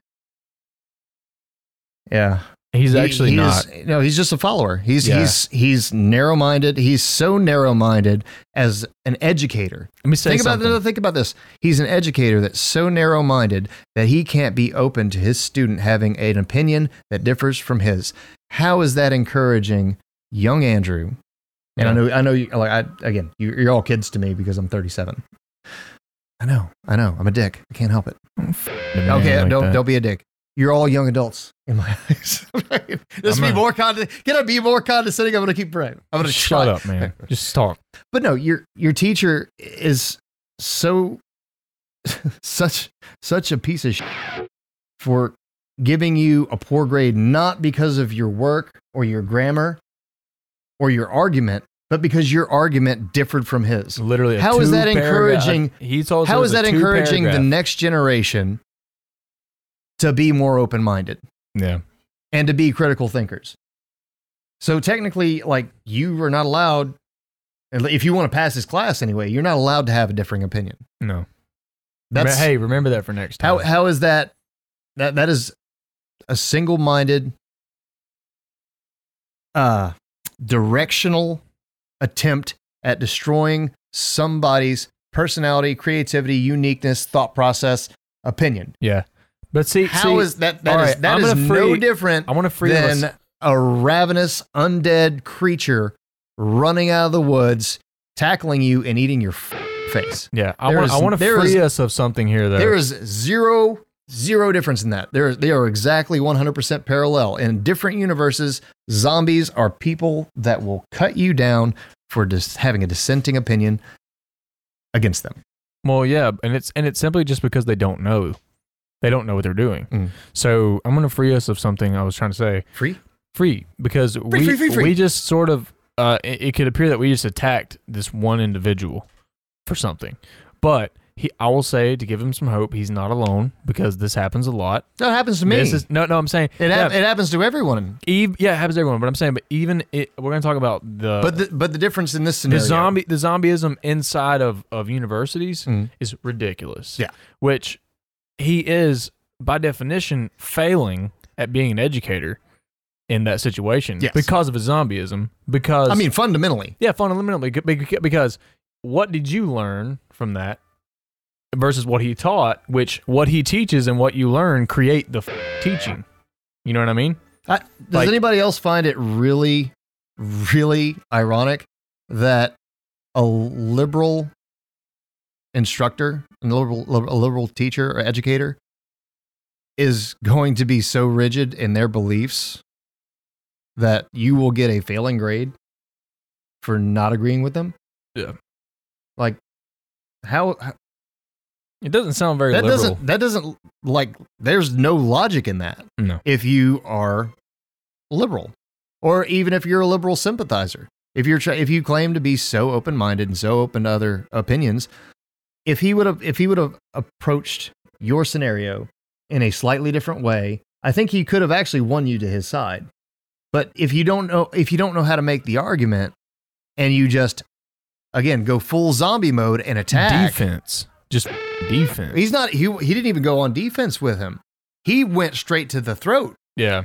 [SPEAKER 5] Yeah,
[SPEAKER 2] He's
[SPEAKER 5] He-
[SPEAKER 2] actually
[SPEAKER 5] he
[SPEAKER 2] not.
[SPEAKER 5] is- no, he's just a follower. He's
[SPEAKER 2] Yeah.
[SPEAKER 5] he's he's narrow-minded. He's so narrow-minded as an educator.
[SPEAKER 2] Let me say
[SPEAKER 5] think
[SPEAKER 2] something.
[SPEAKER 5] about this, think about this. He's an educator that's so narrow-minded that he can't be open to his student having an opinion that differs from his. How is that encouraging young Andrew? And I
[SPEAKER 2] Yeah.
[SPEAKER 5] know I know you like I again, you, you're all kids to me because I'm 37. I know. I know. I'm a dick. I can't help it.
[SPEAKER 2] Man,
[SPEAKER 5] Okay,
[SPEAKER 2] like
[SPEAKER 5] don't
[SPEAKER 2] that.
[SPEAKER 5] don't be a dick. You're all young adults in my eyes. Just
[SPEAKER 2] I'm
[SPEAKER 5] be
[SPEAKER 2] a-
[SPEAKER 5] more condescending. Can I be more condescending? I'm gonna keep right. I'm gonna
[SPEAKER 2] Shut
[SPEAKER 5] try.
[SPEAKER 2] up, man. Just talk.
[SPEAKER 5] But no, your your teacher is so such such a piece of shit for giving you a poor grade not because of your work or your grammar or your argument, but because your argument differed from his.
[SPEAKER 2] Literally, a
[SPEAKER 5] How is that
[SPEAKER 2] two-paragraph-
[SPEAKER 5] encouraging-
[SPEAKER 2] He told us it
[SPEAKER 5] How
[SPEAKER 2] was
[SPEAKER 5] is
[SPEAKER 2] a
[SPEAKER 5] that encouraging the
[SPEAKER 2] two-paragraph.
[SPEAKER 5] next generation to be more open minded?
[SPEAKER 2] Yeah.
[SPEAKER 5] and to be critical thinkers. So technically, like you are not allowed, if you want to pass this class anyway, you're not allowed to have a differing opinion.
[SPEAKER 2] No.
[SPEAKER 5] That's
[SPEAKER 2] hey, uh, remember that for next time.
[SPEAKER 5] how how is that that that is a single minded, uh, directional attempt at destroying somebody's personality, creativity, uniqueness, thought process, opinion.
[SPEAKER 2] yeah. But see,
[SPEAKER 5] How
[SPEAKER 2] see,
[SPEAKER 5] is that that
[SPEAKER 2] all
[SPEAKER 5] is
[SPEAKER 2] right,
[SPEAKER 5] that
[SPEAKER 2] I'm
[SPEAKER 5] is
[SPEAKER 2] gonna
[SPEAKER 5] no
[SPEAKER 2] free-
[SPEAKER 5] different
[SPEAKER 2] I want to free
[SPEAKER 5] than
[SPEAKER 2] us.
[SPEAKER 5] a ravenous undead creature running out of the woods, tackling you and eating your f- face.
[SPEAKER 2] Yeah, I
[SPEAKER 5] There
[SPEAKER 2] want
[SPEAKER 5] is-
[SPEAKER 2] I want to
[SPEAKER 5] there
[SPEAKER 2] free
[SPEAKER 5] is-
[SPEAKER 2] us of something here. Though
[SPEAKER 5] There is zero zero difference in that. There they are exactly 100% parallel in different universes. Zombies are people that will cut you down for just having a dissenting opinion against them.
[SPEAKER 2] Well, yeah, and it's and it's simply just because they don't know, they don't know what they're doing.
[SPEAKER 5] Mm.
[SPEAKER 2] So I'm gonna free us of something I was trying to say.
[SPEAKER 5] Free?
[SPEAKER 2] Free because we
[SPEAKER 5] free, free, free.
[SPEAKER 2] we just sort of uh, it, it could appear that we just attacked this one individual for something, but he I will say to give him some hope, he's not alone because this happens a lot.
[SPEAKER 5] That happens to me.
[SPEAKER 2] This is no no I'm saying
[SPEAKER 5] it,
[SPEAKER 2] yeah,
[SPEAKER 5] hap- it happens to everyone.
[SPEAKER 2] Eve, yeah, it happens to everyone, but I'm saying but even it, we're gonna talk about the
[SPEAKER 5] But the, but the difference in this
[SPEAKER 2] Uh, the
[SPEAKER 5] scenario
[SPEAKER 2] zombie the zombieism inside of of universities is ridiculous.
[SPEAKER 5] Mm-hmm. Yeah.
[SPEAKER 2] Which he is by definition failing at being an educator in that situation
[SPEAKER 5] Yes.
[SPEAKER 2] because of his zombieism because
[SPEAKER 5] I mean fundamentally.
[SPEAKER 2] yeah, fundamentally bec- bec- because what did you learn from that versus what he taught, which what he teaches and what you learn create the f- teaching. You know what I mean?
[SPEAKER 5] I, does
[SPEAKER 2] Like-
[SPEAKER 5] anybody else find it really, really ironic that a liberal instructor, a liberal, a liberal teacher or educator, is going to be so rigid in their beliefs that you will get a failing grade for not agreeing with them?
[SPEAKER 2] Yeah.
[SPEAKER 5] Like, how that
[SPEAKER 2] It doesn't sound very liberal.
[SPEAKER 5] doesn't that doesn't like there's no logic in that
[SPEAKER 2] no.
[SPEAKER 5] if you are liberal, or even if you're a liberal sympathizer. If you're try- if you claim to be so open minded and so open to other opinions, if he would have if he would have approached your scenario in a slightly different way, I think he could have actually won you to his side. But if you don't know if you don't know how to make the argument, and you just again go full zombie mode and attack,
[SPEAKER 2] Defense. Just defense.
[SPEAKER 5] he's not he he didn't even go on defense with him. He went straight to the throat.
[SPEAKER 2] yeah.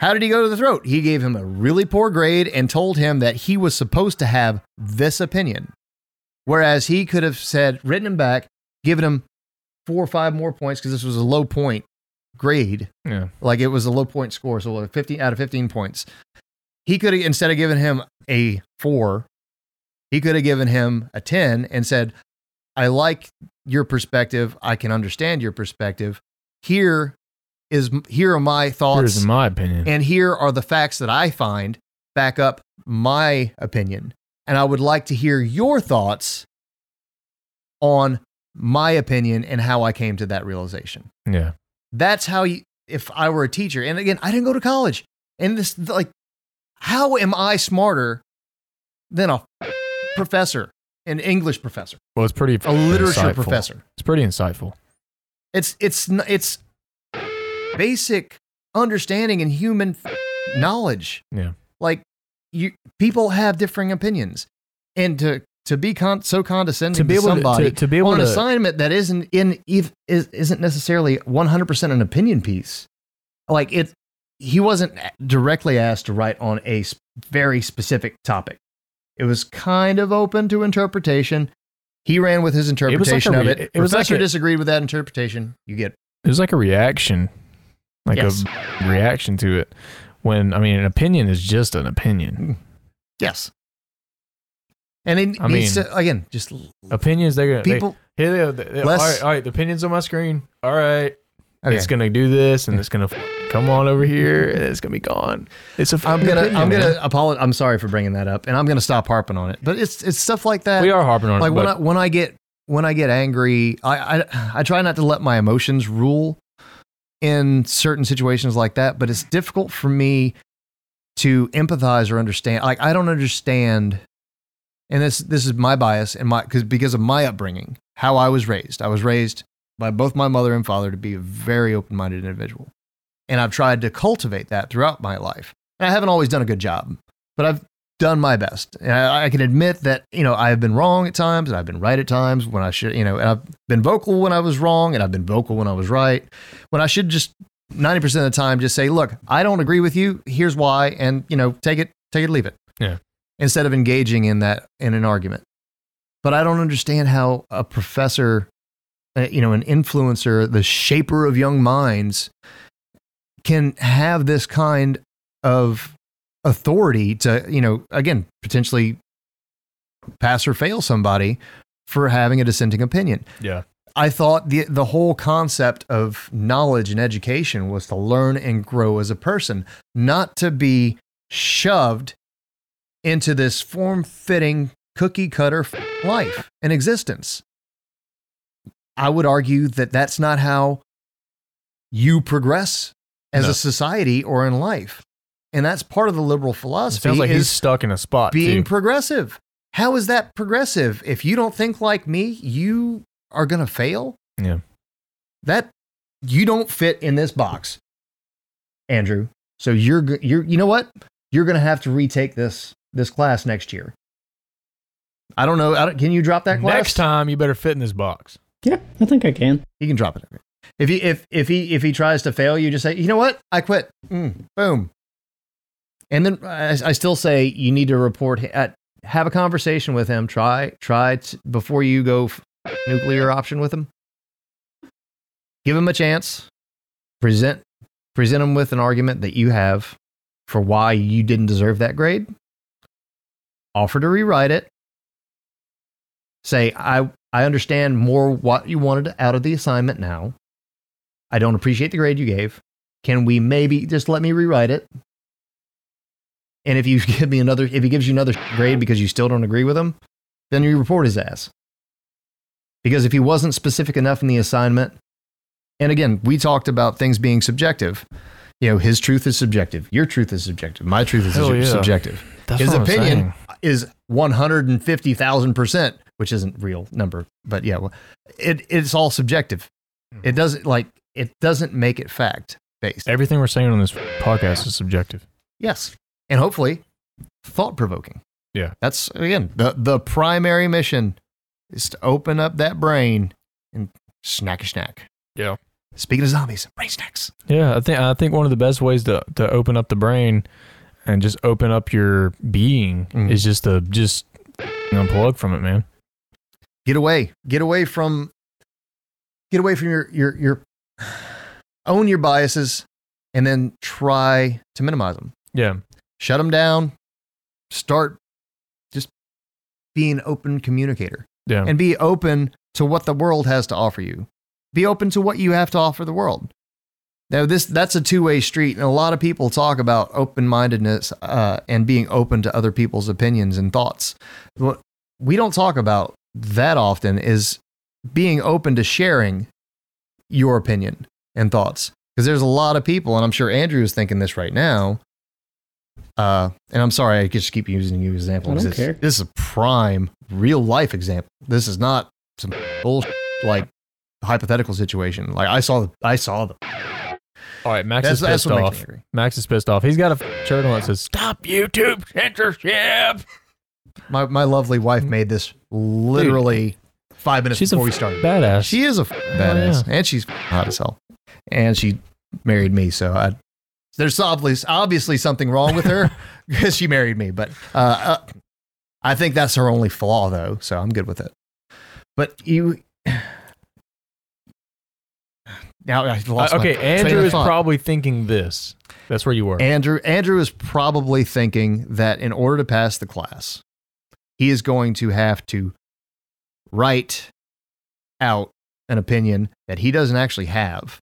[SPEAKER 5] How did he go to the throat? He gave him a really poor grade and told him that he was supposed to have this opinion. Whereas he could have said, written him back, given him four or five more points because this was a low point grade.
[SPEAKER 2] Yeah.
[SPEAKER 5] Like it was a low point score. So like 15 out of 15 points. He could have, instead of giving him a four, he could have given him a 10 and said, I like your perspective. I can understand your perspective. Here is here are my thoughts
[SPEAKER 2] Here's my opinion.
[SPEAKER 5] and here are the facts that I find back up my opinion. And I would like to hear your thoughts on my opinion and how I came to that realization.
[SPEAKER 2] yeah.
[SPEAKER 5] That's how you, if I were a teacher, and again, I didn't go to college, and this, like, how am I smarter than a professor, an English professor,
[SPEAKER 2] Well, it's pretty.
[SPEAKER 5] a literature
[SPEAKER 2] insightful.
[SPEAKER 5] professor?
[SPEAKER 2] It's pretty insightful.
[SPEAKER 5] It's it's n- it's basic understanding and human f- knowledge.
[SPEAKER 2] Yeah.
[SPEAKER 5] Like you people have differing opinions. And to to be con- so condescending
[SPEAKER 2] To
[SPEAKER 5] to,
[SPEAKER 2] be able to-
[SPEAKER 5] somebody
[SPEAKER 2] to- to be able
[SPEAKER 5] on an
[SPEAKER 2] to-
[SPEAKER 5] assignment that isn't in ev- is, isn't necessarily 100% an opinion piece. Like it he wasn't directly asked to write on a s- very specific topic. It was kind of open to interpretation. He ran with his
[SPEAKER 2] like a
[SPEAKER 5] interpretation
[SPEAKER 2] re-
[SPEAKER 5] of it.
[SPEAKER 2] it- it was like
[SPEAKER 5] Professor
[SPEAKER 2] a-
[SPEAKER 5] disagreed with that interpretation. You get
[SPEAKER 2] It was like a reaction, like
[SPEAKER 5] Yes.
[SPEAKER 2] a reaction to it. When I mean, an opinion is just an opinion.
[SPEAKER 5] yes. And it
[SPEAKER 2] I
[SPEAKER 5] needs
[SPEAKER 2] mean-
[SPEAKER 5] to again just l-
[SPEAKER 2] Opinions they're gonna they-
[SPEAKER 5] people.
[SPEAKER 2] here they are. They, they-
[SPEAKER 5] Less-
[SPEAKER 2] all right, all right. The opinions on my screen. All right,
[SPEAKER 5] okay.
[SPEAKER 2] it's gonna do this, and it's gonna f- come on over here, and it's gonna be gone. It's a.
[SPEAKER 5] I'm
[SPEAKER 2] fucking
[SPEAKER 5] gonna
[SPEAKER 2] opinion,
[SPEAKER 5] I'm
[SPEAKER 2] man.
[SPEAKER 5] gonna apologize. I'm sorry for bringing that up, and I'm gonna stop harping on it. But it's it's stuff like that.
[SPEAKER 2] We are harping on
[SPEAKER 5] like
[SPEAKER 2] it,
[SPEAKER 5] when I
[SPEAKER 2] but
[SPEAKER 5] when I get when I get angry, I, I I try not to let my emotions rule in certain situations like that. But it's difficult for me to empathize or understand. Like I don't understand, and this this is my bias and my because because of my upbringing, how I was raised. I was raised by both my mother and father to be a very open minded individual, and I've tried to cultivate that throughout my life. And I haven't always done a good job, but I've done my best. And I, I can admit that, you know, I've been wrong at times and I've been right at times when I should, you know, and I've been vocal when I was wrong and I've been vocal when I was right. When I should just 90% of the time just say, look, I don't agree with you. Here's why. And, you know, take it, take it, leave it.
[SPEAKER 2] Yeah.
[SPEAKER 5] Instead of engaging in that, in an argument. But I don't understand how a professor, uh, you know, an influencer, the shaper of young minds can have this kind of authority to, you know, again, potentially pass or fail somebody for having a dissenting opinion.
[SPEAKER 2] Yeah.
[SPEAKER 5] I thought the the whole concept of knowledge and education was to learn and grow as a person, not to be shoved into this form-fitting cookie cutter f- life and existence. I would argue that that's not how you progress as
[SPEAKER 2] No.
[SPEAKER 5] a society or in life. And that's part of the liberal
[SPEAKER 2] It
[SPEAKER 5] philosophy
[SPEAKER 2] sounds like he's
[SPEAKER 5] is
[SPEAKER 2] stuck in a spot.
[SPEAKER 5] being
[SPEAKER 2] too.
[SPEAKER 5] progressive. How is that progressive? If you don't think like me, you are going to fail.
[SPEAKER 2] Yeah.
[SPEAKER 5] That you don't fit in this box, Andrew. So you're go- you're you know what? You're going to have to retake this this class next year. I don't know. I don't, can you drop that class?
[SPEAKER 2] Next time, you better fit in this box.
[SPEAKER 6] Yeah, I think I can.
[SPEAKER 5] He can drop it. If he if if he if he tries to fail you, just say, you know what, I quit. Mm, boom. And then I, I still say you need to report. hi- At, have a conversation with him. Try try t- before you go f- nuclear option with him. Give him a chance. Present present him with an argument that you have for why you didn't deserve that grade. Offer to rewrite it say i i understand more what you wanted out of the assignment now i don't appreciate the grade you gave can we maybe just let me rewrite it and if you give me another if he gives you another grade because you still don't agree with him then you report his ass because if he wasn't specific enough in the assignment and again we talked about things being subjective you know his truth is subjective your truth is subjective my truth is
[SPEAKER 2] Hell
[SPEAKER 5] sub-
[SPEAKER 2] yeah.
[SPEAKER 5] subjective
[SPEAKER 2] That's
[SPEAKER 5] his
[SPEAKER 2] what I'm
[SPEAKER 5] opinion
[SPEAKER 2] saying.
[SPEAKER 5] is 150,000%, which isn't real number, but yeah, well, it, it's all subjective.
[SPEAKER 2] Hmm.
[SPEAKER 5] It doesn't like, it doesn't make it fact based.
[SPEAKER 2] Everything we're saying on this podcast is subjective.
[SPEAKER 5] Yes. And hopefully thought provoking.
[SPEAKER 2] Yeah.
[SPEAKER 5] That's again, the, the primary mission is to open up that brain and snack a snack.
[SPEAKER 2] Yeah.
[SPEAKER 5] Speaking of zombies, brain snacks.
[SPEAKER 2] Yeah, I think I think one of the best ways to to open up the brain and just open up your being
[SPEAKER 5] Mhm.
[SPEAKER 2] is just to just unplug from it, man.
[SPEAKER 5] get away get away from get away from your your your own your biases and then try to minimize them
[SPEAKER 2] Yeah,
[SPEAKER 5] shut them down start just be an open communicator
[SPEAKER 2] yeah,
[SPEAKER 5] and be open to what the world has to offer you be open to what you have to offer the world now this that's a two-way street and a lot of people talk about open-mindedness uh, and being open to other people's opinions and thoughts what we don't talk about that often is being open to sharing your opinion and thoughts because there's a lot of people and i'm sure andrew is thinking this right now uh, and i'm sorry i just keep using you as an example
[SPEAKER 6] I don't
[SPEAKER 5] 'cause it's-
[SPEAKER 6] care.
[SPEAKER 5] this is a prime real life example this is not some bullshit like hypothetical situation like i saw the i saw the
[SPEAKER 2] All right, Max
[SPEAKER 5] that's,
[SPEAKER 2] is
[SPEAKER 5] that's
[SPEAKER 2] pissed
[SPEAKER 5] what makes
[SPEAKER 2] off.
[SPEAKER 5] me angry
[SPEAKER 2] Max is pissed off. He's got a f- shirt on that says "Stop YouTube censorship."
[SPEAKER 5] my, my lovely wife made this literally five minutes
[SPEAKER 2] She's a
[SPEAKER 5] before we
[SPEAKER 2] f-
[SPEAKER 5] started
[SPEAKER 2] badass. Oh,
[SPEAKER 5] She is a f- badass, and she's f- hot as hell. And she married me, so I, there's obviously obviously something wrong with her because she married me. But uh, uh, I think that's her only flaw, though, so I'm good with it. But you now I
[SPEAKER 2] Uh,
[SPEAKER 5] lost my
[SPEAKER 2] okay,
[SPEAKER 5] train
[SPEAKER 2] Andrew
[SPEAKER 5] of
[SPEAKER 2] is
[SPEAKER 5] thought.
[SPEAKER 2] probably thinking this. That's where you were.
[SPEAKER 5] Andrew Andrew is probably thinking that in order to pass the class, he is going to have to write out an opinion that he doesn't actually have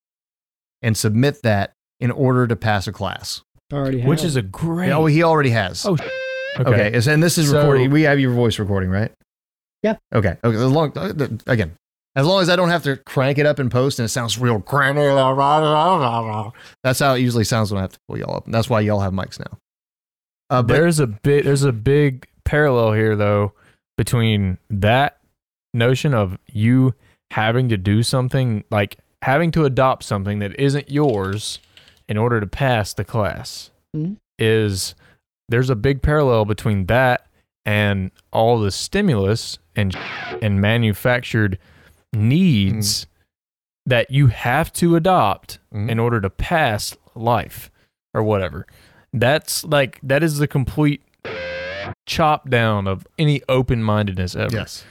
[SPEAKER 5] and submit that in order to pass a class.
[SPEAKER 6] I already have.
[SPEAKER 2] Which is a great.
[SPEAKER 5] Oh, he already has.
[SPEAKER 2] Oh,
[SPEAKER 5] okay. is- And this is
[SPEAKER 2] So-
[SPEAKER 5] recording. We have your voice recording, right?
[SPEAKER 6] Yeah.
[SPEAKER 5] Okay. Okay. As long, uh, th- again, as long as I don't have to crank it up in post and it sounds real cranny. That's how it usually sounds when I have to pull y'all up. And that's why y'all have mics now. Uh, but
[SPEAKER 2] there's a bit there's a big parallel here though between that notion of you having to do something like having to adopt something that isn't yours in order to pass the class
[SPEAKER 6] Mhm.
[SPEAKER 2] is there's a big parallel between that and all the stimulus and and manufactured needs
[SPEAKER 5] Mm-hmm.
[SPEAKER 2] that you have to adopt
[SPEAKER 5] Mhm.
[SPEAKER 2] in order to pass life or whatever that's like that is the complete chop down of any open-mindedness ever
[SPEAKER 5] yes.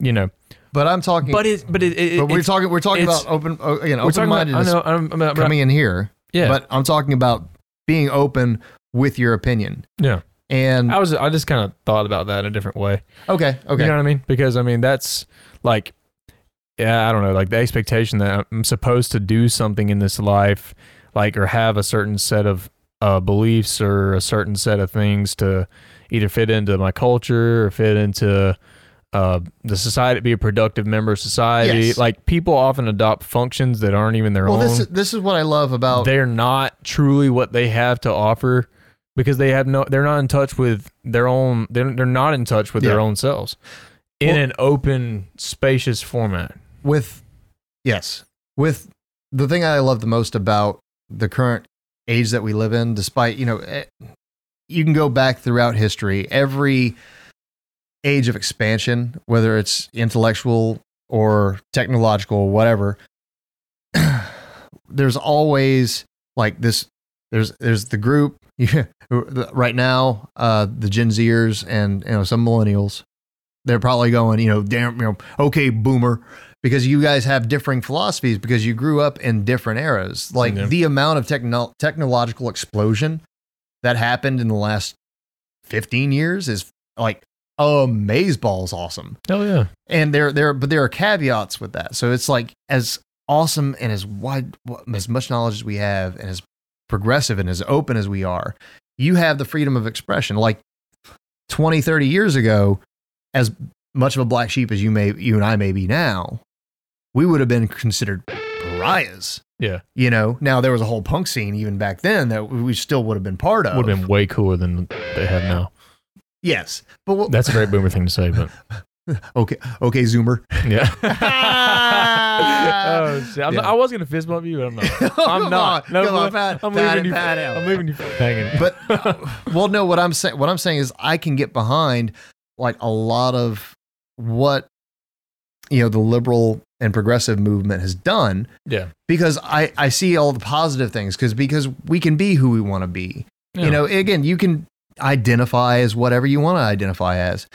[SPEAKER 2] you know
[SPEAKER 5] But I'm talking.
[SPEAKER 2] but it but it, it
[SPEAKER 5] but we're
[SPEAKER 2] it's-
[SPEAKER 5] talking. We're talking
[SPEAKER 2] it's-
[SPEAKER 5] about open. oh, Again,
[SPEAKER 2] we're talking
[SPEAKER 5] open
[SPEAKER 2] about- I
[SPEAKER 5] mindedness
[SPEAKER 2] know, I'm, I'm, I'm-
[SPEAKER 5] coming in here.
[SPEAKER 2] yeah
[SPEAKER 5] But I'm talking about being open with your opinion.
[SPEAKER 2] yeah
[SPEAKER 5] And
[SPEAKER 2] I was I just kind of thought about that a different way.
[SPEAKER 5] okay, okay,
[SPEAKER 2] You know what I mean? Because I mean that's like yeah, I don't know, like the expectation that I'm supposed to do something in this life, like or have a certain set of uh, beliefs or a certain set of things to either fit into my culture or fit into uh, the society, be a productive member of society.
[SPEAKER 5] Yes.
[SPEAKER 2] Like people often adopt functions that aren't even their
[SPEAKER 5] well,
[SPEAKER 2] own
[SPEAKER 5] this is, this is what I love about
[SPEAKER 2] they're not truly what they have to offer because they have no they're not in touch with their own they're, they're not in touch with their
[SPEAKER 5] Yeah.
[SPEAKER 2] own selves in an open spacious format
[SPEAKER 5] with yes with the thing i love the most about the current age that we live in despite you know eh, you can go back throughout history every age of expansion whether it's intellectual or technological or whatever there's always like this there's there's the group yeah, right now uh the gen zers and you know some millennials they're probably going you know damn you know okay boomer because you guys have differing philosophies because you grew up in different eras. Like
[SPEAKER 2] Yeah.
[SPEAKER 5] the amount of techno- technological explosion that happened in the last 15 years is like amazeballs awesome.
[SPEAKER 2] oh yeah
[SPEAKER 5] And there there but there are caveats with that. So it's like as awesome and as wide as much knowledge as we have and as progressive and as open as we are, you have the freedom of expression. Like 20, 30 years ago, as much of a black sheep as you may you and I may be now, we would have been considered pariahs.
[SPEAKER 2] yeah
[SPEAKER 5] You know, now there was a whole punk scene even back then that we still would have been part of.
[SPEAKER 2] would have been way cooler than they have now
[SPEAKER 5] yes, but what,
[SPEAKER 2] that's a very boomer thing to say but
[SPEAKER 5] okay, okay, Zoomer.
[SPEAKER 2] yeah oh, shit. I'm not-
[SPEAKER 5] Yeah.
[SPEAKER 2] i was gonna fist bump you but i'm not
[SPEAKER 5] Come
[SPEAKER 2] i'm not
[SPEAKER 5] on, come on, pat-
[SPEAKER 2] i'm
[SPEAKER 5] pat
[SPEAKER 2] leaving
[SPEAKER 5] it,
[SPEAKER 2] you
[SPEAKER 5] pat it.
[SPEAKER 2] i'm leaving you hanging
[SPEAKER 5] But well, no, what I'm saying, what I'm saying is, I can get behind like a lot of what you know the liberal and progressive movement has done
[SPEAKER 2] yeah
[SPEAKER 5] because I I see all the positive things because because we can be who we want to be.
[SPEAKER 2] Yeah.
[SPEAKER 5] You know, again, you can identify as whatever you want to identify as.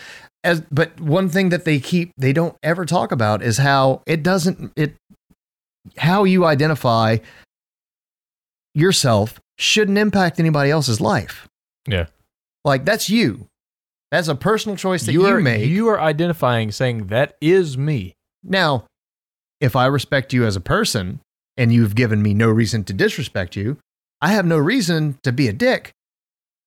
[SPEAKER 5] As but one thing that they keep they don't ever talk about is how it doesn't it how you identify yourself shouldn't impact anybody else's life.
[SPEAKER 2] Yeah.
[SPEAKER 5] Like that's you. That's a personal choice that
[SPEAKER 2] you
[SPEAKER 5] you,
[SPEAKER 2] are
[SPEAKER 5] make.
[SPEAKER 2] you are identifying saying that is me
[SPEAKER 5] Now, if I respect you as a person and you've given me no reason to disrespect you, I have no reason to be a dick.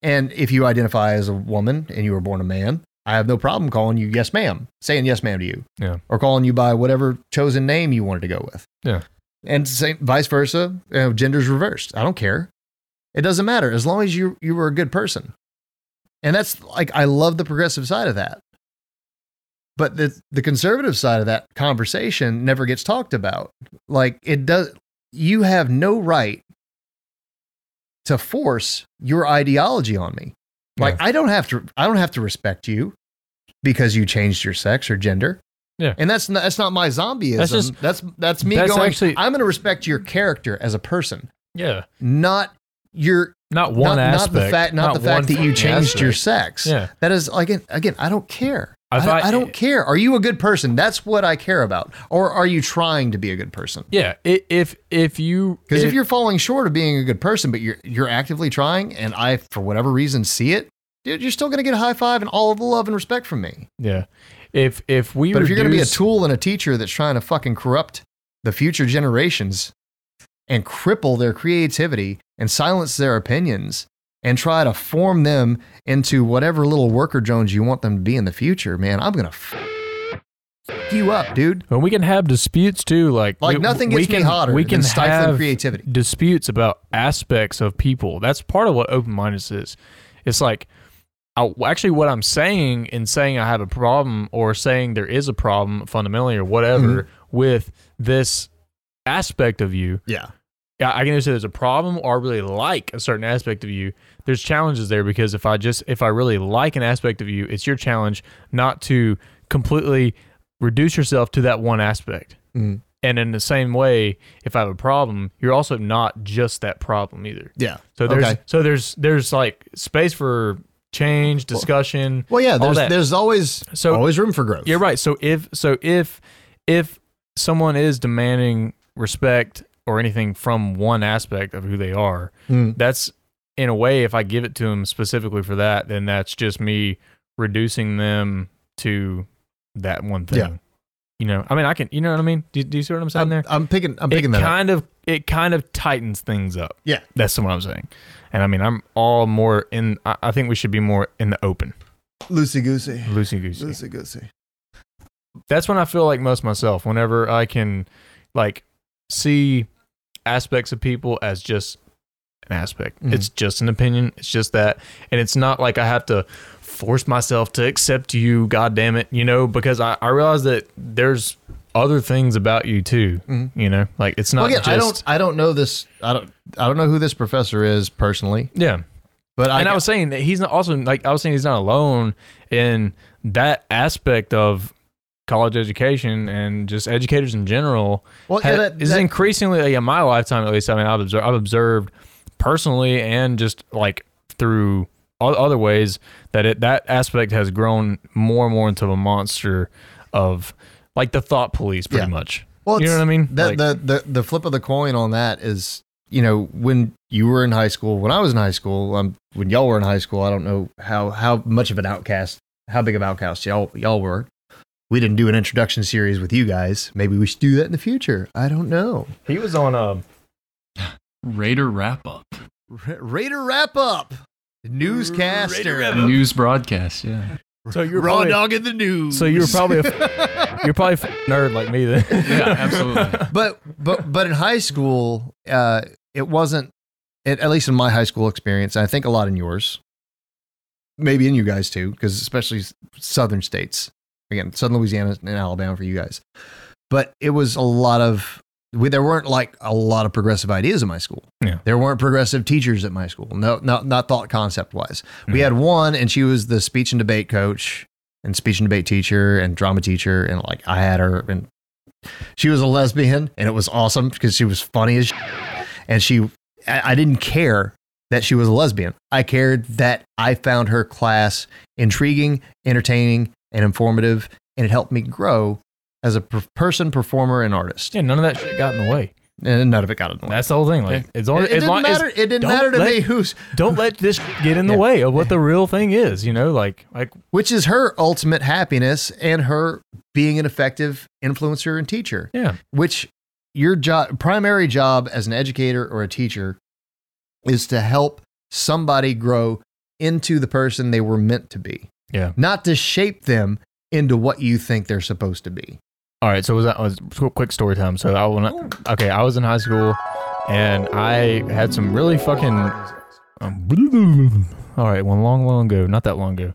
[SPEAKER 5] And if you identify as a woman and you were born a man, I have no problem calling you yes, ma'am, saying yes, ma'am to you,
[SPEAKER 2] Yeah.
[SPEAKER 5] or calling you by whatever chosen name you wanted to go with.
[SPEAKER 2] Yeah.
[SPEAKER 5] And same, vice versa, you know, gender's reversed. I don't care. It doesn't matter as long as you, you were a good person. And that's like, I love the progressive side of that but the the conservative side of that conversation never gets talked about. Like it does you have no right to force your ideology on me. Like I don't have to I don't have to respect you because you changed your sex or gender.
[SPEAKER 2] Yeah.
[SPEAKER 5] And that's not, that's not my zombieism. That's
[SPEAKER 2] That's just-
[SPEAKER 5] that's, me
[SPEAKER 2] that's
[SPEAKER 5] going
[SPEAKER 2] actually-
[SPEAKER 5] I'm going to respect your character as a person,
[SPEAKER 2] yeah
[SPEAKER 5] not your
[SPEAKER 2] not one
[SPEAKER 5] not,
[SPEAKER 2] aspect
[SPEAKER 5] not the fact not, the fact
[SPEAKER 2] one
[SPEAKER 5] that
[SPEAKER 2] fucking
[SPEAKER 5] you changed your
[SPEAKER 2] aspect.
[SPEAKER 5] sex.
[SPEAKER 2] Yeah.
[SPEAKER 5] That is again again, I don't care.
[SPEAKER 2] I
[SPEAKER 5] I,
[SPEAKER 2] thought-
[SPEAKER 5] I don't care. Are you a good person? That's what I care about. Or are you trying to be a good person?
[SPEAKER 2] Yeah, i- if if you
[SPEAKER 5] Because if you're falling short of being a good person, but you're you're actively trying, and I for whatever reason see it, dude, you're still gonna get a high five and all of the love and respect from me.
[SPEAKER 2] yeah, if if we
[SPEAKER 5] But if you're gonna be a
[SPEAKER 2] reduce-
[SPEAKER 5] tool and a teacher that's trying to fucking corrupt the future generations and cripple their creativity and silence their opinions and try to form them into whatever little worker Jones you want them to be in the future, man, I'm gonna f- you up, dude.
[SPEAKER 2] Well, we can have disputes too. Like,
[SPEAKER 5] Like,
[SPEAKER 2] we,
[SPEAKER 5] nothing
[SPEAKER 2] we
[SPEAKER 5] gets me
[SPEAKER 2] can,
[SPEAKER 5] hotter
[SPEAKER 2] We
[SPEAKER 5] than
[SPEAKER 2] can
[SPEAKER 5] stifling
[SPEAKER 2] have
[SPEAKER 5] creativity.
[SPEAKER 2] Disputes about aspects of people. That's part of what open mindedness is. It's like, I, actually, what I'm saying in saying I have a problem or saying there is a problem fundamentally or whatever
[SPEAKER 5] Mm-hmm.
[SPEAKER 2] with this aspect of you.
[SPEAKER 5] Yeah.
[SPEAKER 2] I I can either say there's a problem or I really like a certain aspect of you. There's challenges there because if I just if I really like an aspect of you, it's your challenge not to completely reduce yourself to that one aspect.
[SPEAKER 5] Mm.
[SPEAKER 2] And in the same way, if I have a problem, you're also not just that problem either.
[SPEAKER 5] Yeah.
[SPEAKER 2] So there's
[SPEAKER 5] Okay.
[SPEAKER 2] so there's there's like space for change, discussion.
[SPEAKER 5] Well, yeah,
[SPEAKER 2] all
[SPEAKER 5] there's
[SPEAKER 2] that.
[SPEAKER 5] there's always
[SPEAKER 2] So-
[SPEAKER 5] always room for growth.
[SPEAKER 2] You're right. So if so if if someone is
[SPEAKER 7] Mm-hmm.
[SPEAKER 2] demanding respect or anything from one aspect of who they are,
[SPEAKER 5] Mm.
[SPEAKER 2] that's in a way, if I give it to them specifically for that, then that's just me reducing them to that one thing.
[SPEAKER 7] Yeah.
[SPEAKER 2] You know, I mean, I can, you know what I mean? Do, do you see what I'm saying
[SPEAKER 7] I'm,
[SPEAKER 2] there?
[SPEAKER 7] I'm picking. I'm picking
[SPEAKER 2] it
[SPEAKER 7] that up.
[SPEAKER 2] kind of it kind of tightens things up.
[SPEAKER 7] Yeah.
[SPEAKER 2] That's what I'm saying. And I mean, I'm all more in. I, I think we should be more in the open,
[SPEAKER 7] Loosey goosey.
[SPEAKER 2] loosey goosey.
[SPEAKER 7] Loosey goosey.
[SPEAKER 2] That's when I feel like most myself. Whenever I can, like, see aspects of people as just an aspect.
[SPEAKER 7] Mhm.
[SPEAKER 2] It's just an opinion. It's just that, and it's not like I have to force myself to accept you. God damn it, you know, because I I realize that there's other things about you too.
[SPEAKER 7] Mhm.
[SPEAKER 2] You know, like it's not
[SPEAKER 7] Well, again,
[SPEAKER 2] just
[SPEAKER 7] I
[SPEAKER 5] don't I don't know this I don't I don't know who this professor is personally,
[SPEAKER 2] yeah.
[SPEAKER 5] but I,
[SPEAKER 2] and I was saying that he's not also like I was saying he's not alone in that aspect of college education and just educators in general
[SPEAKER 5] well,
[SPEAKER 2] ha-
[SPEAKER 5] yeah, that-
[SPEAKER 2] is
[SPEAKER 5] that-
[SPEAKER 2] increasingly like, in my lifetime at least. I mean, I've observed, I've observed personally and just like through o- other ways that it that aspect has grown more and more into a monster of like the thought police, pretty
[SPEAKER 5] Yeah.
[SPEAKER 2] much.
[SPEAKER 5] Well,
[SPEAKER 2] you know
[SPEAKER 5] it's-
[SPEAKER 2] what I mean? Like-
[SPEAKER 5] That the, the the flip of the coin on that is, you know, when you were in high school, when I was in high school, um, when y'all were in high school, I don't know how how much of an outcast, how big of outcast y'all y'all were. We didn't do an introduction series with you guys. Maybe we should do that in the future. I don't know.
[SPEAKER 2] he was on a
[SPEAKER 8] Raider wrap up.
[SPEAKER 5] Ra- Raider wrap up, newscaster,
[SPEAKER 8] News broadcast, yeah.
[SPEAKER 2] so you're
[SPEAKER 5] raw
[SPEAKER 2] probably,
[SPEAKER 5] dog in the news.
[SPEAKER 2] so you were probably a, you're probably a nerd like me then.
[SPEAKER 8] Yeah, absolutely.
[SPEAKER 5] but but but in high school, uh, it wasn't. At, at least in my high school experience, and I think a lot in yours, maybe in you guys too, because especially s- southern states. Again, southern Louisiana and Alabama for you guys. But it was a lot of. We, there weren't like a lot of progressive ideas in my school.
[SPEAKER 2] Yeah.
[SPEAKER 5] There weren't progressive teachers at my school. No, not not thought concept wise. We had one, and she was the speech and debate coach, and speech and debate teacher, and drama teacher, and like I had her, and she was a lesbian and it was awesome because she was funny as sh- and she I, I didn't care that she was a lesbian i cared that i found her class intriguing entertaining and informative and it helped me grow as a per- person performer and artist
[SPEAKER 2] Yeah, none of that shit got in the way.
[SPEAKER 5] and none of it got in the way
[SPEAKER 2] That's the whole thing. Like, it's
[SPEAKER 5] it,
[SPEAKER 2] only
[SPEAKER 5] it
[SPEAKER 2] as
[SPEAKER 5] didn't
[SPEAKER 2] long as
[SPEAKER 5] matter, it didn't
[SPEAKER 2] don't
[SPEAKER 5] matter to
[SPEAKER 2] let-
[SPEAKER 5] me who's
[SPEAKER 2] don't let this get in the way of what the real thing is. You know, like like
[SPEAKER 5] which is her ultimate happiness and her being an effective influencer and teacher
[SPEAKER 2] yeah,
[SPEAKER 5] which your job primary job as an educator or a teacher is to help somebody grow into the person they were meant to be
[SPEAKER 2] yeah.
[SPEAKER 5] not to shape them into what you think they're supposed to be
[SPEAKER 2] All right, so was that was qu- quick story time. So I will not. Okay, I was in high school, and I had some really fucking. Um, all right, one long, long ago, not that long ago.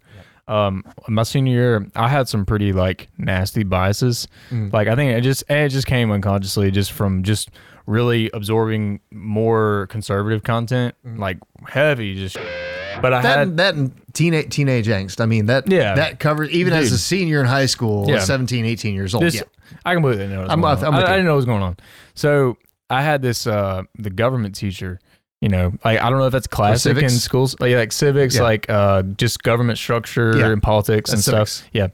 [SPEAKER 2] Um, my senior year, I had some pretty like nasty biases. Like I think it just it just came unconsciously, just from just really absorbing more conservative content, like heavy. Just, but I
[SPEAKER 5] that
[SPEAKER 2] had
[SPEAKER 5] and that and teenage teenage angst i mean that
[SPEAKER 2] Yeah.
[SPEAKER 5] that covers even as
[SPEAKER 2] Dude.
[SPEAKER 5] a senior in high school
[SPEAKER 2] Yeah.
[SPEAKER 5] 17 18 years old
[SPEAKER 2] This,
[SPEAKER 5] yeah
[SPEAKER 2] I completely know. What's
[SPEAKER 5] I'm-
[SPEAKER 2] going on.
[SPEAKER 5] I'm- I'm
[SPEAKER 2] I,
[SPEAKER 5] with
[SPEAKER 2] I
[SPEAKER 5] you.
[SPEAKER 2] didn't know what was going on. So I had this uh, the government teacher. You know, like I don't know if that's classic in
[SPEAKER 5] civics?
[SPEAKER 2] schools, like, yeah, like civics,
[SPEAKER 5] Yeah.
[SPEAKER 2] like uh, just government structure
[SPEAKER 5] Yeah.
[SPEAKER 2] and politics and
[SPEAKER 5] That's
[SPEAKER 2] stuff. Yeah.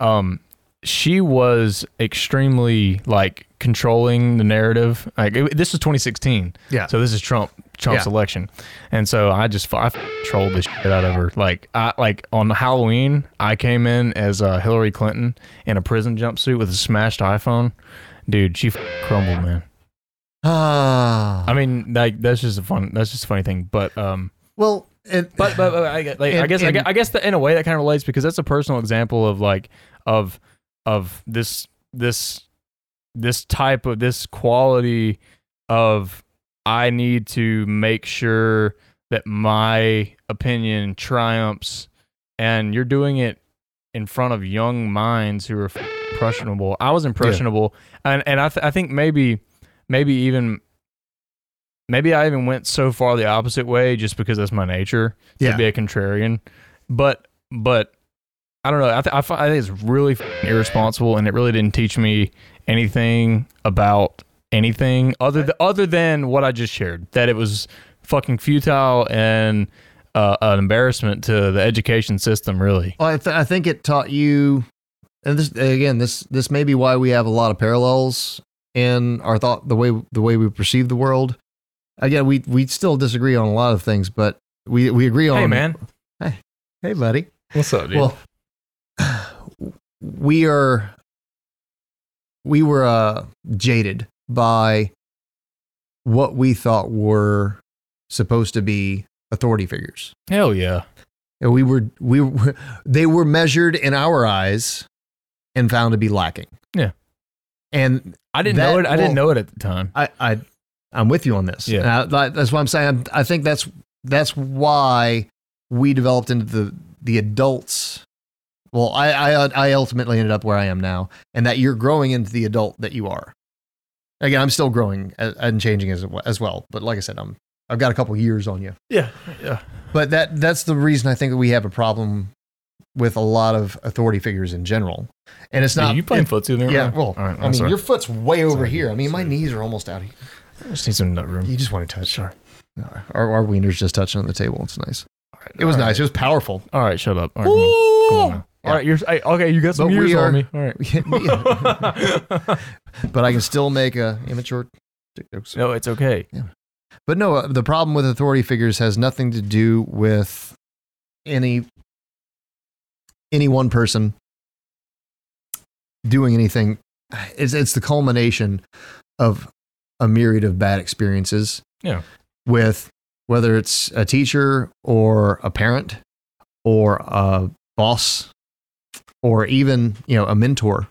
[SPEAKER 2] Um, she was extremely like controlling the narrative. Like it, this was 2016.
[SPEAKER 5] Yeah.
[SPEAKER 2] So this is Trump Trump's
[SPEAKER 5] Yeah.
[SPEAKER 2] election, and so I just fu- I f- trolled the shit out of her. Like I like on Halloween, I came in as uh, Hillary Clinton in a prison jumpsuit with a smashed iPhone. Dude, she f- crumbled, man.
[SPEAKER 5] ah
[SPEAKER 2] I mean, like that's just a fun that's just a funny thing. But um,
[SPEAKER 5] well it,
[SPEAKER 2] but but, but I, gue- like, I
[SPEAKER 5] And-
[SPEAKER 2] guess I
[SPEAKER 5] and-
[SPEAKER 2] guess I guess that in a way that kind of relates because that's a personal example of like of of this this this type of this quality of I need to make sure that my opinion triumphs, and you're doing it in front of young minds who are f- impressionable. I was impressionable, and and I th- I think maybe maybe even maybe I even went so far the opposite way just because that's my nature
[SPEAKER 5] Yeah.
[SPEAKER 2] to be a contrarian. But but I don't know. I th- I, find, I think it's really f- irresponsible, and it really didn't teach me anything about anything other th- other than what I just shared. That it was fucking futile and uh, an embarrassment to the education system. Really,
[SPEAKER 5] Well, I, th- I think it taught you, and this again, this this may be why we have a lot of parallels in our thought, the way the way we perceive the world. Again, we we still disagree on a lot of things, but We we agree on.
[SPEAKER 2] Hey, man.
[SPEAKER 5] Hey, buddy.
[SPEAKER 2] What's up, dude?
[SPEAKER 5] Well, we are. We were uh, jaded by what we thought were supposed to be authority figures.
[SPEAKER 2] Hell yeah.
[SPEAKER 5] And we were we were, they were measured in our eyes and found to be lacking.
[SPEAKER 2] Yeah.
[SPEAKER 5] And
[SPEAKER 2] I didn't
[SPEAKER 5] That-
[SPEAKER 2] know it. I didn't
[SPEAKER 5] well-
[SPEAKER 2] know it at the time.
[SPEAKER 5] I, I I'm with you on this.
[SPEAKER 2] Yeah.
[SPEAKER 5] And I, like, that's why I'm saying I think that's that's why we developed into the the adults. Well, I, I I ultimately ended up where I am now, and that you're growing into the adult that you are. Again, I'm still growing a- and changing as as well. But like I said, I'm I've got a couple years on you.
[SPEAKER 2] Yeah. Yeah.
[SPEAKER 5] But that that's the reason I think that we have a problem with a lot of authority figures in general. And it's not
[SPEAKER 2] you playing footsie in there?
[SPEAKER 5] yeah,
[SPEAKER 2] right?
[SPEAKER 5] well,
[SPEAKER 2] All right,
[SPEAKER 5] I mean,
[SPEAKER 2] sorry.
[SPEAKER 5] your foot's way over
[SPEAKER 2] Sorry.
[SPEAKER 5] here. I mean, my
[SPEAKER 2] Sorry.
[SPEAKER 5] knees are almost out here.
[SPEAKER 2] I just need some nut room.
[SPEAKER 5] You just want to touch.
[SPEAKER 2] Sure.
[SPEAKER 5] Our, our wiener's just touching on the table. It's nice.
[SPEAKER 2] All right,
[SPEAKER 5] It was
[SPEAKER 2] all
[SPEAKER 5] nice.
[SPEAKER 2] right.
[SPEAKER 5] It was powerful.
[SPEAKER 2] All right, shut up. All right, come on. Come on now.
[SPEAKER 5] Yeah.
[SPEAKER 2] All right, you're hey, okay. You got some
[SPEAKER 5] But
[SPEAKER 2] years
[SPEAKER 5] we are-
[SPEAKER 2] on me. All right.
[SPEAKER 5] but I can still make a immature dick jokes.
[SPEAKER 2] no, it's okay.
[SPEAKER 5] But no, uh, the problem with authority figures has nothing to do with any any one person doing anything. It's it's the culmination of a myriad of bad experiences.
[SPEAKER 2] Yeah.
[SPEAKER 5] With whether it's a teacher or a parent or a boss or even, you know, a mentor.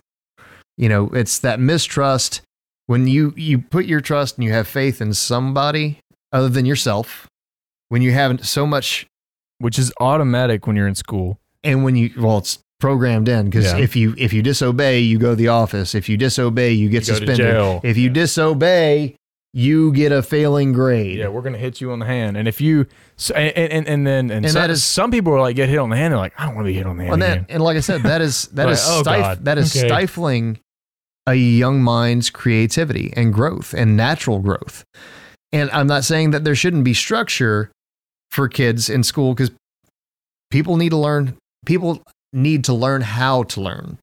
[SPEAKER 5] You know, it's that mistrust when you you put your trust and you have faith in somebody other than yourself when you have so much
[SPEAKER 2] Which is automatic when you're in school.
[SPEAKER 5] and when you well it's programmed in because
[SPEAKER 2] Yeah.
[SPEAKER 5] if you if you disobey you go to the office if you disobey you get
[SPEAKER 2] You go to
[SPEAKER 5] suspended
[SPEAKER 2] jail.
[SPEAKER 5] if you disobey you get a failing grade
[SPEAKER 2] Yeah, we're gonna hit you on the hand, and if you so, and, and and then and,
[SPEAKER 5] And
[SPEAKER 2] some,
[SPEAKER 5] that is-
[SPEAKER 2] some people are like get hit on the hand. They're like, I don't want to be hit on the hand.
[SPEAKER 5] and
[SPEAKER 2] again.
[SPEAKER 5] that and like i said that is that is
[SPEAKER 2] Right. Oh,
[SPEAKER 5] stif-
[SPEAKER 2] God.
[SPEAKER 5] that is
[SPEAKER 2] Okay.
[SPEAKER 5] stifling a young mind's creativity and growth and natural growth and i'm not saying that there shouldn't be structure for kids in school because people need to learn people need to learn how to learn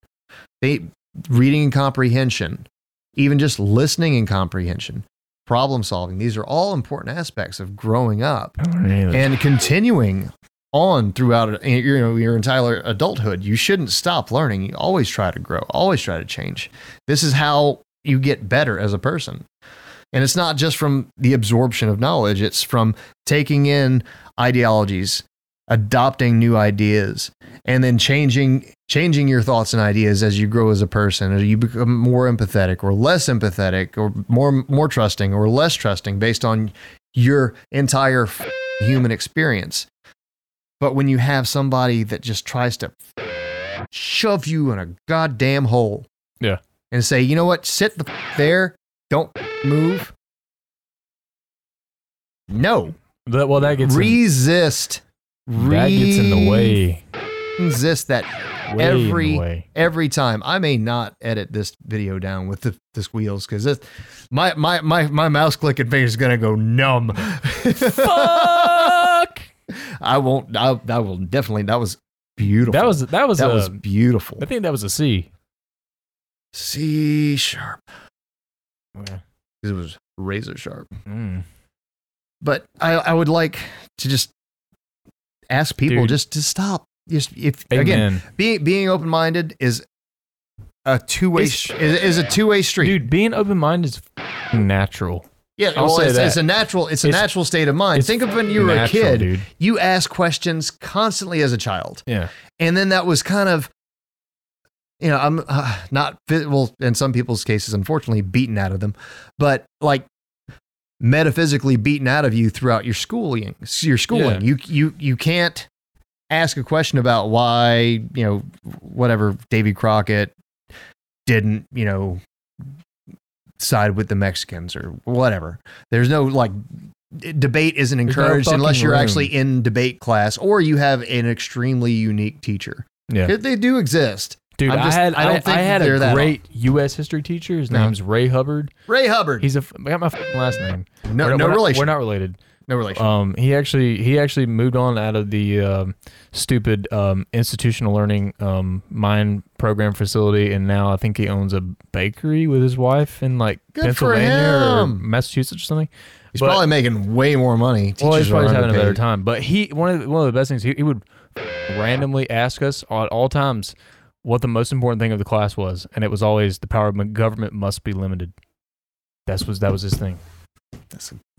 [SPEAKER 5] they reading and comprehension even just listening and comprehension problem solving these are all important aspects of growing up
[SPEAKER 2] I don't want any of this.
[SPEAKER 5] and continuing on throughout you know your entire adulthood you shouldn't stop learning you always try to grow always try to change this is how you get better as a person and it's not just from the absorption of knowledge it's from taking in ideologies adopting new ideas and then changing changing your thoughts and ideas as you grow as a person as you become more empathetic or less empathetic or more more trusting or less trusting based on your entire f- human experience but when you have somebody that just tries to f- shove you in a goddamn hole
[SPEAKER 2] Yeah.
[SPEAKER 5] and say you know what sit the f- there don't f- move no
[SPEAKER 2] That- well, that gets in,
[SPEAKER 5] resist
[SPEAKER 2] that gets in the way.
[SPEAKER 5] resist that
[SPEAKER 2] way
[SPEAKER 5] every
[SPEAKER 2] in the way.
[SPEAKER 5] every time. I may not edit this video down with the, the squeals because my, my my my mouse clicking finger is gonna go numb.
[SPEAKER 2] Fuck.
[SPEAKER 5] I won't. I, I will definitely. That was beautiful.
[SPEAKER 2] That was that was
[SPEAKER 5] that
[SPEAKER 2] a-
[SPEAKER 5] was beautiful.
[SPEAKER 2] I think that was a C.
[SPEAKER 5] C sharp.
[SPEAKER 2] Okay.
[SPEAKER 5] It was razor sharp.
[SPEAKER 2] Mm.
[SPEAKER 5] But I I would like to just ask people
[SPEAKER 2] Dude.
[SPEAKER 5] just to stop. Just if again
[SPEAKER 2] Amen.
[SPEAKER 5] being being open minded is a two way
[SPEAKER 2] It's-
[SPEAKER 5] is, is a two way street.
[SPEAKER 2] Dude, being open minded is f- natural.
[SPEAKER 5] Yeah,
[SPEAKER 2] I'll
[SPEAKER 5] well,
[SPEAKER 2] say
[SPEAKER 5] it's,
[SPEAKER 2] that.
[SPEAKER 5] it's a natural. It's a
[SPEAKER 2] It's-
[SPEAKER 5] natural state of mind.
[SPEAKER 2] it's
[SPEAKER 5] Think of when you were a
[SPEAKER 2] natural,
[SPEAKER 5] kid.
[SPEAKER 2] dude.
[SPEAKER 5] You asked questions constantly as a child,
[SPEAKER 2] Yeah.
[SPEAKER 5] and then that was kind of, you know, I'm uh, not fit- well in some people's cases, unfortunately, beaten out of them, but like metaphysically beaten out of you throughout your schooling. Your schooling, you you you can't ask a question about why you know whatever Davy Crockett didn't you know side with the Mexicans or whatever. There's no like d- debate isn't
[SPEAKER 2] no
[SPEAKER 5] encouraged unless
[SPEAKER 2] fucking
[SPEAKER 5] you're
[SPEAKER 2] room.
[SPEAKER 5] actually in debate class or you have an extremely unique teacher.
[SPEAKER 2] Yeah.
[SPEAKER 5] They do exist.
[SPEAKER 2] Dude,
[SPEAKER 5] I'm
[SPEAKER 2] I
[SPEAKER 5] just-
[SPEAKER 2] had
[SPEAKER 5] I
[SPEAKER 2] I,
[SPEAKER 5] don't
[SPEAKER 2] I,
[SPEAKER 5] think
[SPEAKER 2] had
[SPEAKER 5] they're that Uh-huh.
[SPEAKER 2] a great U.S. history teacher. His
[SPEAKER 5] No.
[SPEAKER 2] name's Ray Hubbard.
[SPEAKER 5] Ray Hubbard.
[SPEAKER 2] He's a f- I got my f- last name.
[SPEAKER 5] no
[SPEAKER 2] We're not-
[SPEAKER 5] no
[SPEAKER 2] we're not-
[SPEAKER 5] relation.
[SPEAKER 2] We're not related.
[SPEAKER 5] No relation.
[SPEAKER 2] Um, he actually he actually moved on out of the um, stupid um, institutional learning um, mine program facility, and now I think he owns a bakery with his wife in like
[SPEAKER 7] Good for
[SPEAKER 2] Pennsylvania or
[SPEAKER 7] him.
[SPEAKER 2] Massachusetts or something.
[SPEAKER 7] He's
[SPEAKER 2] But-
[SPEAKER 7] probably making way more money.
[SPEAKER 2] well, he's
[SPEAKER 7] Teachers are
[SPEAKER 2] probably having a better
[SPEAKER 7] underpaid.
[SPEAKER 2] time. But he one of the, one of the best things he, he would randomly ask us at all times what the most important thing of the class was, and it was always the power of government must be limited. That's was that was his thing.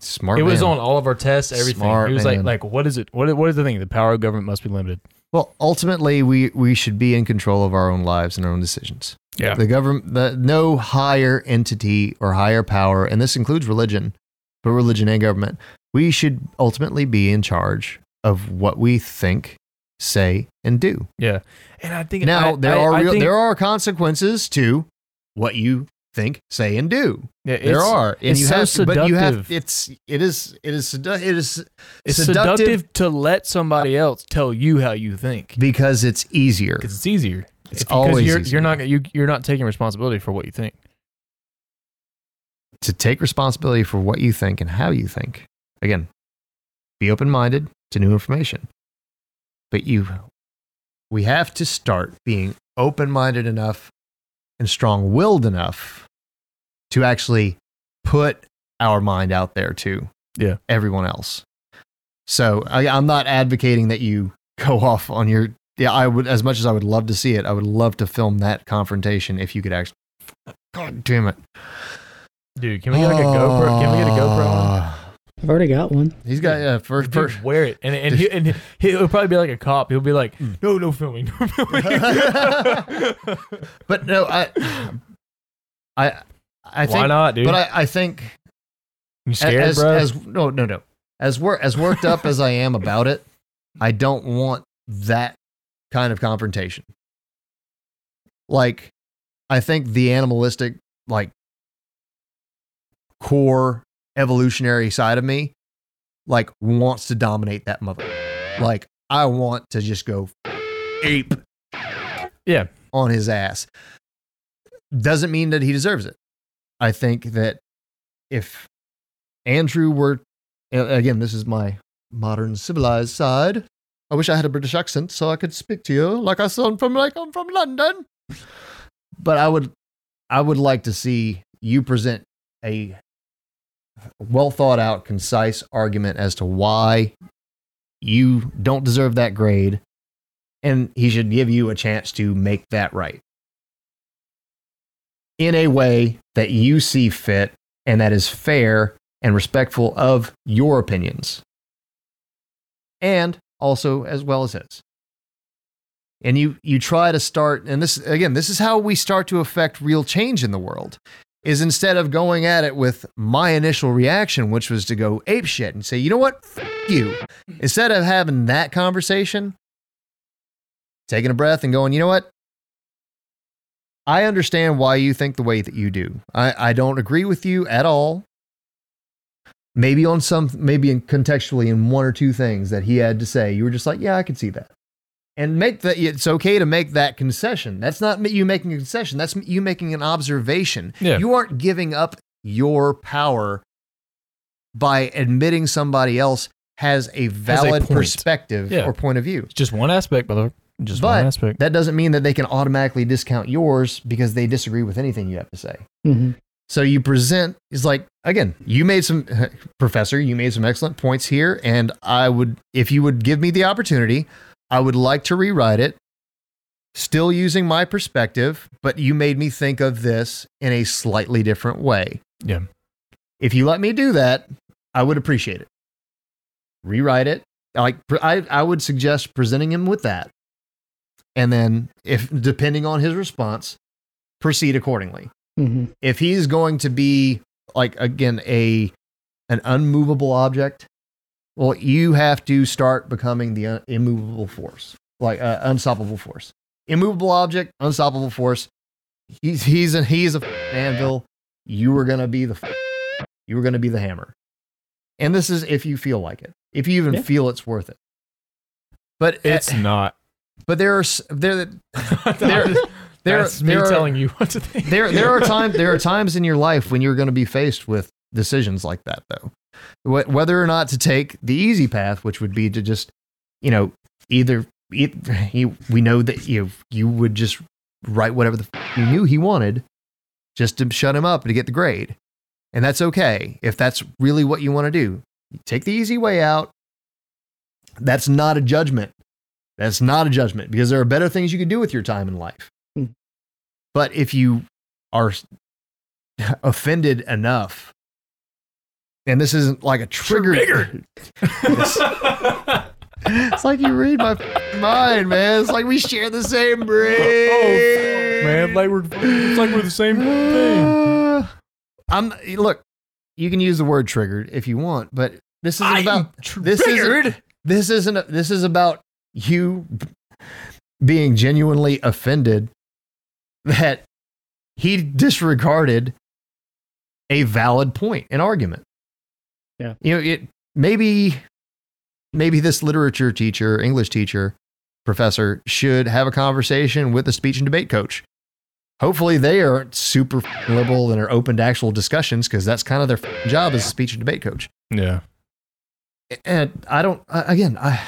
[SPEAKER 7] Smart.
[SPEAKER 2] it was
[SPEAKER 7] man.
[SPEAKER 2] on all of our tests, everything.
[SPEAKER 7] Smart
[SPEAKER 2] he was
[SPEAKER 7] man.
[SPEAKER 2] like, like, what is it? What what is the thing? The power of government must be limited.
[SPEAKER 5] well, ultimately, we we should be in control of our own lives and our own decisions.
[SPEAKER 2] Yeah.
[SPEAKER 5] The government, the, no higher entity or higher power, and this includes religion, but religion and government. We should ultimately be in charge of what we think, say, and do.
[SPEAKER 2] Yeah. And I think
[SPEAKER 5] Now,
[SPEAKER 2] I-
[SPEAKER 5] there
[SPEAKER 2] I-
[SPEAKER 5] are
[SPEAKER 2] I
[SPEAKER 5] real,
[SPEAKER 2] think-
[SPEAKER 5] there are consequences to what you think, say, and do.
[SPEAKER 2] yeah,
[SPEAKER 5] There
[SPEAKER 2] it's-
[SPEAKER 5] are, and
[SPEAKER 2] it's
[SPEAKER 5] you
[SPEAKER 2] so
[SPEAKER 5] have, but you have,
[SPEAKER 2] seductive.
[SPEAKER 5] it's, it is, it is, sedu- it is
[SPEAKER 2] It's
[SPEAKER 5] seductive-
[SPEAKER 2] seductive, to let somebody else tell you how you think
[SPEAKER 5] because it's easier.
[SPEAKER 2] because it's easier.
[SPEAKER 5] It's
[SPEAKER 2] If- 'cause
[SPEAKER 5] always
[SPEAKER 2] you're,
[SPEAKER 5] easier.
[SPEAKER 2] you're not you, you're not taking responsibility for what you think.
[SPEAKER 5] to take responsibility for what you think and how you think. Again, be open minded to new information. But you, we have to start being open minded enough and strong willed enough to actually put our mind out there to
[SPEAKER 2] Yeah.
[SPEAKER 5] everyone else. So I, I'm not advocating that you go off on your. Yeah, I would, as much as I would love to see it, I would love to film that confrontation if you could actually. God damn it.
[SPEAKER 2] Dude, can we get like a GoPro? Can we get a GoPro?
[SPEAKER 5] Ah.
[SPEAKER 6] I've already got one.
[SPEAKER 5] He's got yeah, first person.
[SPEAKER 2] Dude, wear it, and and, he, and he'll probably be like a cop. He'll be like,
[SPEAKER 5] Hmm.
[SPEAKER 2] "No, no filming, no filming."
[SPEAKER 5] But no, I, I, I think.
[SPEAKER 2] Why not, dude?
[SPEAKER 5] But I, I think
[SPEAKER 2] you scared,
[SPEAKER 5] as,
[SPEAKER 2] bro?
[SPEAKER 5] as no, no, no. As wor- as worked up as I am about it, I don't want that kind of confrontation. Like, I think the animalistic, like, core evolutionary side of me, like, wants to dominate that mother. Like, I want to just go ape
[SPEAKER 2] yeah,
[SPEAKER 5] on his ass. Doesn't mean that he deserves it. I think that if Andrew were, a- again, this is my modern civilized side. I wish I had a British accent so I could speak to you like I sound from like I'm from London. But I would, I would like to see you present a well thought out, concise argument as to why you don't deserve that grade and he should give you a chance to make that right in a way that you see fit and that is fair and respectful of your opinions and also as well as his and you you try to start and this again this is how we start to affect real change in the world is instead of going at it with my initial reaction which was to go ape shit and say you know what F- you instead of having that conversation taking a breath and going, you know what? I understand why you think the way that you do. I, I don't agree with you at all. Maybe on some, maybe in contextually in one or two things that he had to say, you were just like, yeah, I could see that. And make that, it's okay to make that concession. That's not me- you making a concession. That's you making an observation.
[SPEAKER 2] Yeah.
[SPEAKER 5] You aren't giving up your power by admitting somebody else has a valid
[SPEAKER 2] point.
[SPEAKER 5] perspective
[SPEAKER 2] Yeah.
[SPEAKER 5] or point of view.
[SPEAKER 2] it's just one aspect, brother. Just
[SPEAKER 5] But-
[SPEAKER 2] one aspect.
[SPEAKER 5] That doesn't mean that they can automatically discount yours because they disagree with anything you have to say.
[SPEAKER 6] hmm
[SPEAKER 5] So you present is like again, you made some professor, you made some excellent points here and I would if you would give me the opportunity, I would like to rewrite it still using my perspective, but you made me think of this in a slightly different way.
[SPEAKER 2] Yeah.
[SPEAKER 5] If you let me do that, I would appreciate it. Rewrite it. Like pr- I, I would suggest presenting him with that. And then if depending on his response, proceed accordingly.
[SPEAKER 6] hmm
[SPEAKER 5] If he's going to be like again a an unmovable object, well you have to start becoming the un- immovable force, like uh, unstoppable force. Immovable object, unstoppable force. He's he's a he's a f- anvil. You were gonna be the f- you were gonna be the hammer. And this is if you feel like it. If you even
[SPEAKER 6] Yeah.
[SPEAKER 5] feel it's worth it. But
[SPEAKER 2] It's not.
[SPEAKER 5] but there are s- there there there
[SPEAKER 2] That's me
[SPEAKER 5] there are,
[SPEAKER 2] telling you what to think.
[SPEAKER 5] there there are times there are times in your life when you're going to be faced with decisions like that though wh- whether or not to take the easy path, which would be to just, you know, either, e- you, we know that you you would just write whatever the f- you knew he wanted, just to shut him up and to get the grade, and that's okay if that's really what you want to do. Take the easy way out. That's not a judgment. That's not a judgment because there are better things you could do with your time in life.
[SPEAKER 6] Hmm.
[SPEAKER 5] But if you are s- offended enough, and this isn't like a trigger. it's, it's like you read my f- mind, man. It's like we share the same brain.
[SPEAKER 2] Oh, man, like we're it's like we're the same thing.
[SPEAKER 5] Uh, I'm look. You can use the word triggered if you want, but this isn't about this isn't this isn't this is about you being genuinely offended that he disregarded a valid point, an argument.
[SPEAKER 6] Yeah.
[SPEAKER 5] you know it. Maybe, maybe this literature teacher, English teacher, professor should have a conversation with a speech and debate coach Hopefully they are super f- liberal and are open to actual discussions because that's kind of their f- job as a speech and debate coach.
[SPEAKER 2] Yeah.
[SPEAKER 5] And I don't. I- Again, I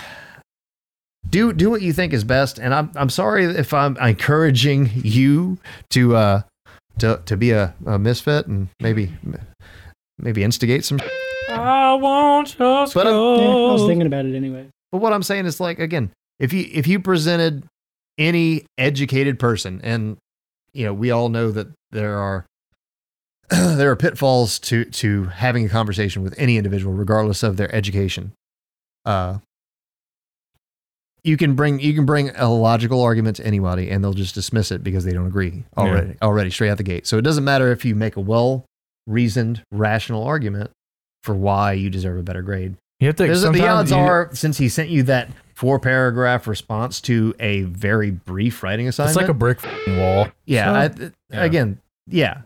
[SPEAKER 5] do do what you think is best. And I'm I'm sorry if I'm encouraging you to uh to to be a, a misfit and maybe maybe instigate some.
[SPEAKER 2] I want us
[SPEAKER 5] But, uh,
[SPEAKER 6] Yeah, I
[SPEAKER 2] Oh.
[SPEAKER 6] was thinking about it anyway.
[SPEAKER 5] But what I'm saying is like again, if you if you presented any educated person and you know, we all know that there are there are pitfalls to to having a conversation with any individual regardless of their education. Uh you can bring you can bring a logical argument to anybody and they'll just dismiss it because they don't agree already already straight out the gate. So it doesn't matter if you make a well reasoned rational argument for why you deserve a better grade.
[SPEAKER 2] You have to
[SPEAKER 5] There's-
[SPEAKER 2] sometimes
[SPEAKER 5] the odds
[SPEAKER 2] you-
[SPEAKER 5] are, since he sent you that four paragraph response to a very brief writing
[SPEAKER 2] it's
[SPEAKER 5] assignment,
[SPEAKER 2] like a brick f***ing wall.
[SPEAKER 5] yeah, I, th-
[SPEAKER 2] yeah.
[SPEAKER 5] Again, yeah,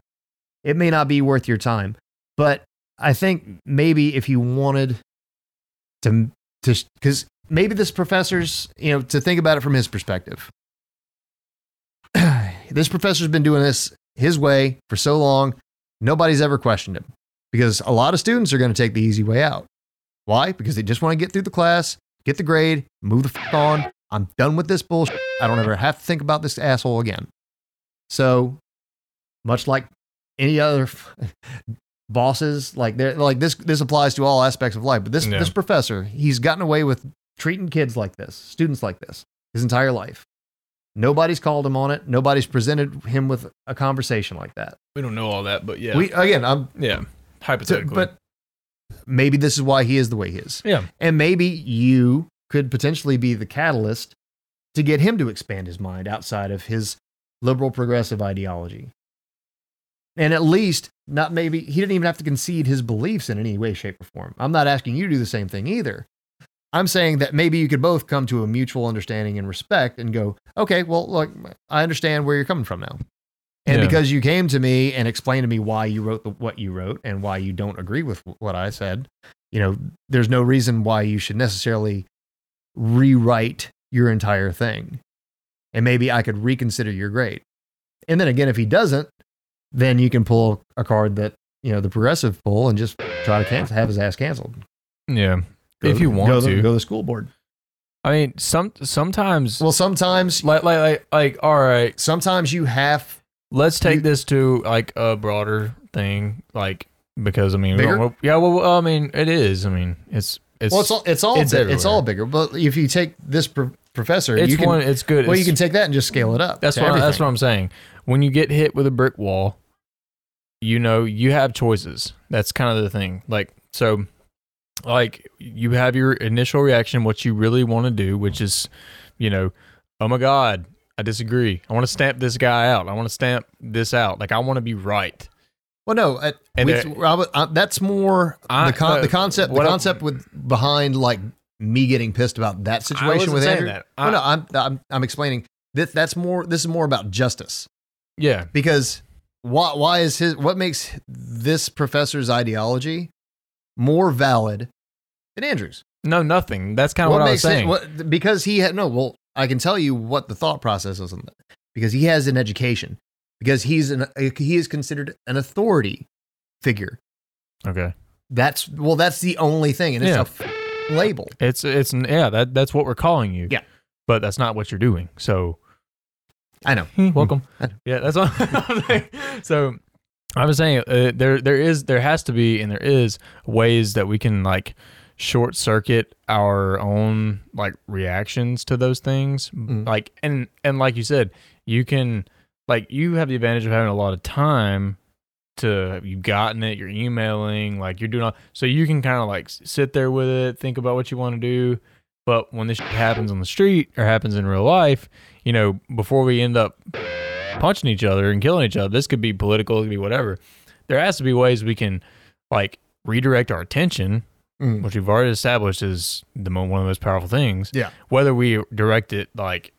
[SPEAKER 5] it may not be worth your time, but I think maybe if you wanted to, to because maybe this professor's, you know, to think about it from his perspective. this professor's been doing this his way for so long, nobody's ever questioned him because a lot of students are going to take the easy way out. Why? Because they just want to get through the class, get the grade, move the f- on. I'm done with this bullshit. I don't ever have to think about this asshole again. So, much like any other bosses, like they're like this. This applies to all aspects of life. But this
[SPEAKER 2] Yeah.
[SPEAKER 5] this professor, he's gotten away with treating kids like this, students like this, his entire life. Nobody's called him on it. Nobody's presented him with a conversation like that.
[SPEAKER 2] We don't know all that, but yeah.
[SPEAKER 5] We again, I'm
[SPEAKER 2] yeah.
[SPEAKER 5] to-
[SPEAKER 2] Hypothetically.
[SPEAKER 5] but maybe this is why he is the way he is.
[SPEAKER 2] Yeah.
[SPEAKER 5] And maybe you could potentially be the catalyst to get him to expand his mind outside of his liberal progressive ideology. And at least, not maybe, he didn't even have to concede his beliefs in any way, shape, or form. I'm not asking you to do the same thing either. I'm saying that maybe you could both come to a mutual understanding and respect and go, okay, well, look, I understand where you're coming from now. And
[SPEAKER 2] Yeah.
[SPEAKER 5] because you came to me and explained to me why you wrote the, what you wrote and why you don't agree with what I said, you know, there's no reason why you should necessarily rewrite your entire thing. And maybe I could reconsider your grade. And then again, if he doesn't, then you can pull a card that, you know, the progressive pull and just try to cancel, have his ass canceled.
[SPEAKER 2] yeah.
[SPEAKER 5] Go
[SPEAKER 2] if
[SPEAKER 5] to-
[SPEAKER 2] you want
[SPEAKER 5] go
[SPEAKER 2] to.
[SPEAKER 5] go to the school board.
[SPEAKER 2] I mean, some sometimes
[SPEAKER 5] Well, sometimes,
[SPEAKER 2] like, like like like all right,
[SPEAKER 5] sometimes you have
[SPEAKER 2] let's take
[SPEAKER 5] You-
[SPEAKER 2] this to like a broader thing like because I mean, we
[SPEAKER 5] Bigger?
[SPEAKER 2] don't- yeah, well I mean, it is. I mean, it's it's
[SPEAKER 5] well, it's all it's all
[SPEAKER 2] It's
[SPEAKER 5] it's,
[SPEAKER 2] everywhere.
[SPEAKER 5] all bigger. But if you take this pro- professor,
[SPEAKER 2] it's
[SPEAKER 5] you can
[SPEAKER 2] one it's good.
[SPEAKER 5] well, you
[SPEAKER 2] it's-
[SPEAKER 5] can take that and just scale it up.
[SPEAKER 2] That's
[SPEAKER 5] to
[SPEAKER 2] what I, that's
[SPEAKER 5] everything.
[SPEAKER 2] what I'm saying. When you get hit with a brick wall, you know you have choices. That's kind of the thing. Like so, like you have your initial reaction, what you really want to do, which is, you know, oh my god, I disagree. I want to stamp this guy out. I want to stamp this out. Like I want to be right.
[SPEAKER 5] Well, no, uh, I,
[SPEAKER 2] And
[SPEAKER 5] we-
[SPEAKER 2] there-
[SPEAKER 5] I would- I- uh, that's more
[SPEAKER 2] I-
[SPEAKER 5] the, con-
[SPEAKER 2] no,
[SPEAKER 5] the concept. The
[SPEAKER 2] what I-
[SPEAKER 5] concept with behind like me getting pissed about that situation
[SPEAKER 2] wasn't
[SPEAKER 5] with
[SPEAKER 2] saying
[SPEAKER 5] Andrew.
[SPEAKER 2] that.
[SPEAKER 5] Well,
[SPEAKER 2] I-
[SPEAKER 5] no, I'm, I'm I'm explaining that that's more. This is more about justice
[SPEAKER 2] Yeah,
[SPEAKER 5] because why why is his what makes this professor's ideology more valid than Andrew's?
[SPEAKER 2] no, nothing. That's kind of what, I was
[SPEAKER 5] it-
[SPEAKER 2] saying.
[SPEAKER 5] what- because he had no. Well, I can tell you what the thought process is on that. Because he has an education. Because he's an he is considered an authority figure.
[SPEAKER 2] okay,
[SPEAKER 5] That's well, that's the only thing, and it's
[SPEAKER 2] Yeah.
[SPEAKER 5] a f- label.
[SPEAKER 2] It's it's yeah, that that's what we're calling you.
[SPEAKER 5] Yeah.
[SPEAKER 2] But that's not what you're doing. So Hmm,
[SPEAKER 5] I know.
[SPEAKER 2] welcome. yeah, that's what I'm saying. So I was saying uh, there there is there has to be and there is ways that we can like short circuit our own like reactions to those things.
[SPEAKER 5] Mm-hmm.
[SPEAKER 2] Like and and like you said, you can like you have the advantage of having a lot of time to you've gotten it, you're emailing, like you're doing all so you can kind of like s- sit there with it, think about what you want to do. But when this shit happens on the street or happens in real life, you know, before we end up punching each other and killing each other, this could be political, it could be whatever. There has to be ways we can like redirect our attention,
[SPEAKER 5] Mm.
[SPEAKER 2] which we've already established is the mo- one of the most powerful things.
[SPEAKER 5] Yeah.
[SPEAKER 2] Whether we direct it like